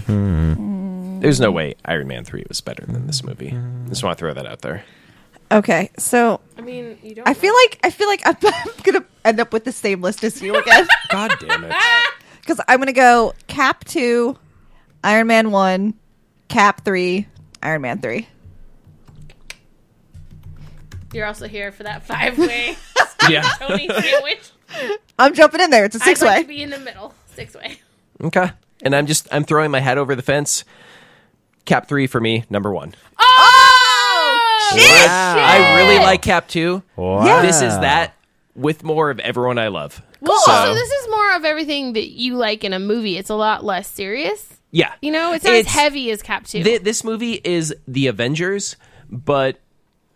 There's no way Iron Man 3 was better than this movie. Just want to throw that out there. Okay, so I mean, you don't. I feel like I feel like I'm, I'm gonna end up with the same list as you again God damn it. because I'm gonna go Cap two, Iron Man one, Cap three, Iron Man three. You're also here for that five way yeah. Tony sandwich. I'm jumping in there. It's a six I'd like way. to be in the middle. Six way. Okay. And I'm just I'm throwing my hat over the fence. Cap 3 for me, number 1. Oh, I really like Cap 2. Wow. This is that with more of everyone I love. Well, So- also this is more of everything that you like in a movie. It's a lot less serious. Yeah. You know, it's not It's- as heavy as Cap Two. Thi- this movie is The Avengers but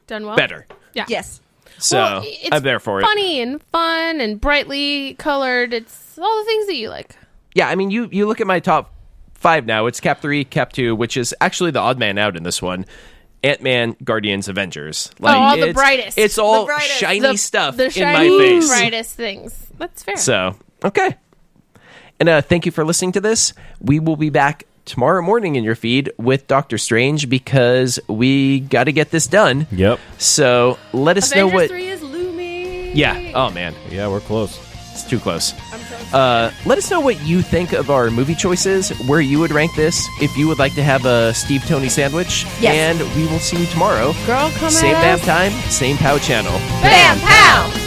Done well. better. Yeah. Yes. So, Well, it's I'm there for it. Funny and fun and brightly colored. It's all the things that you like. Yeah, I mean, you you look at my top five now. It's Cap three, Cap two, which is actually the odd man out in this one. Ant Man, Guardians, Avengers. Like, Oh, all the it's- brightest. It's all The brightest. shiny The- stuff the in my shiny, face. brightest things. That's fair. So okay, and uh, thank you for listening to this. We will be back tomorrow morning in your feed with Doctor Strange because we got to get this done. Yep. So let us Avengers know what. Three is looming. Yeah. Oh man. Yeah, we're close. It's too close. Uh, let us know what you think of our movie choices, where you would rank this, if you would like to have a Steve Tony sandwich. Yes. And we will see you tomorrow. Girl, come same at bad us. time, same POW channel. Bam, pow.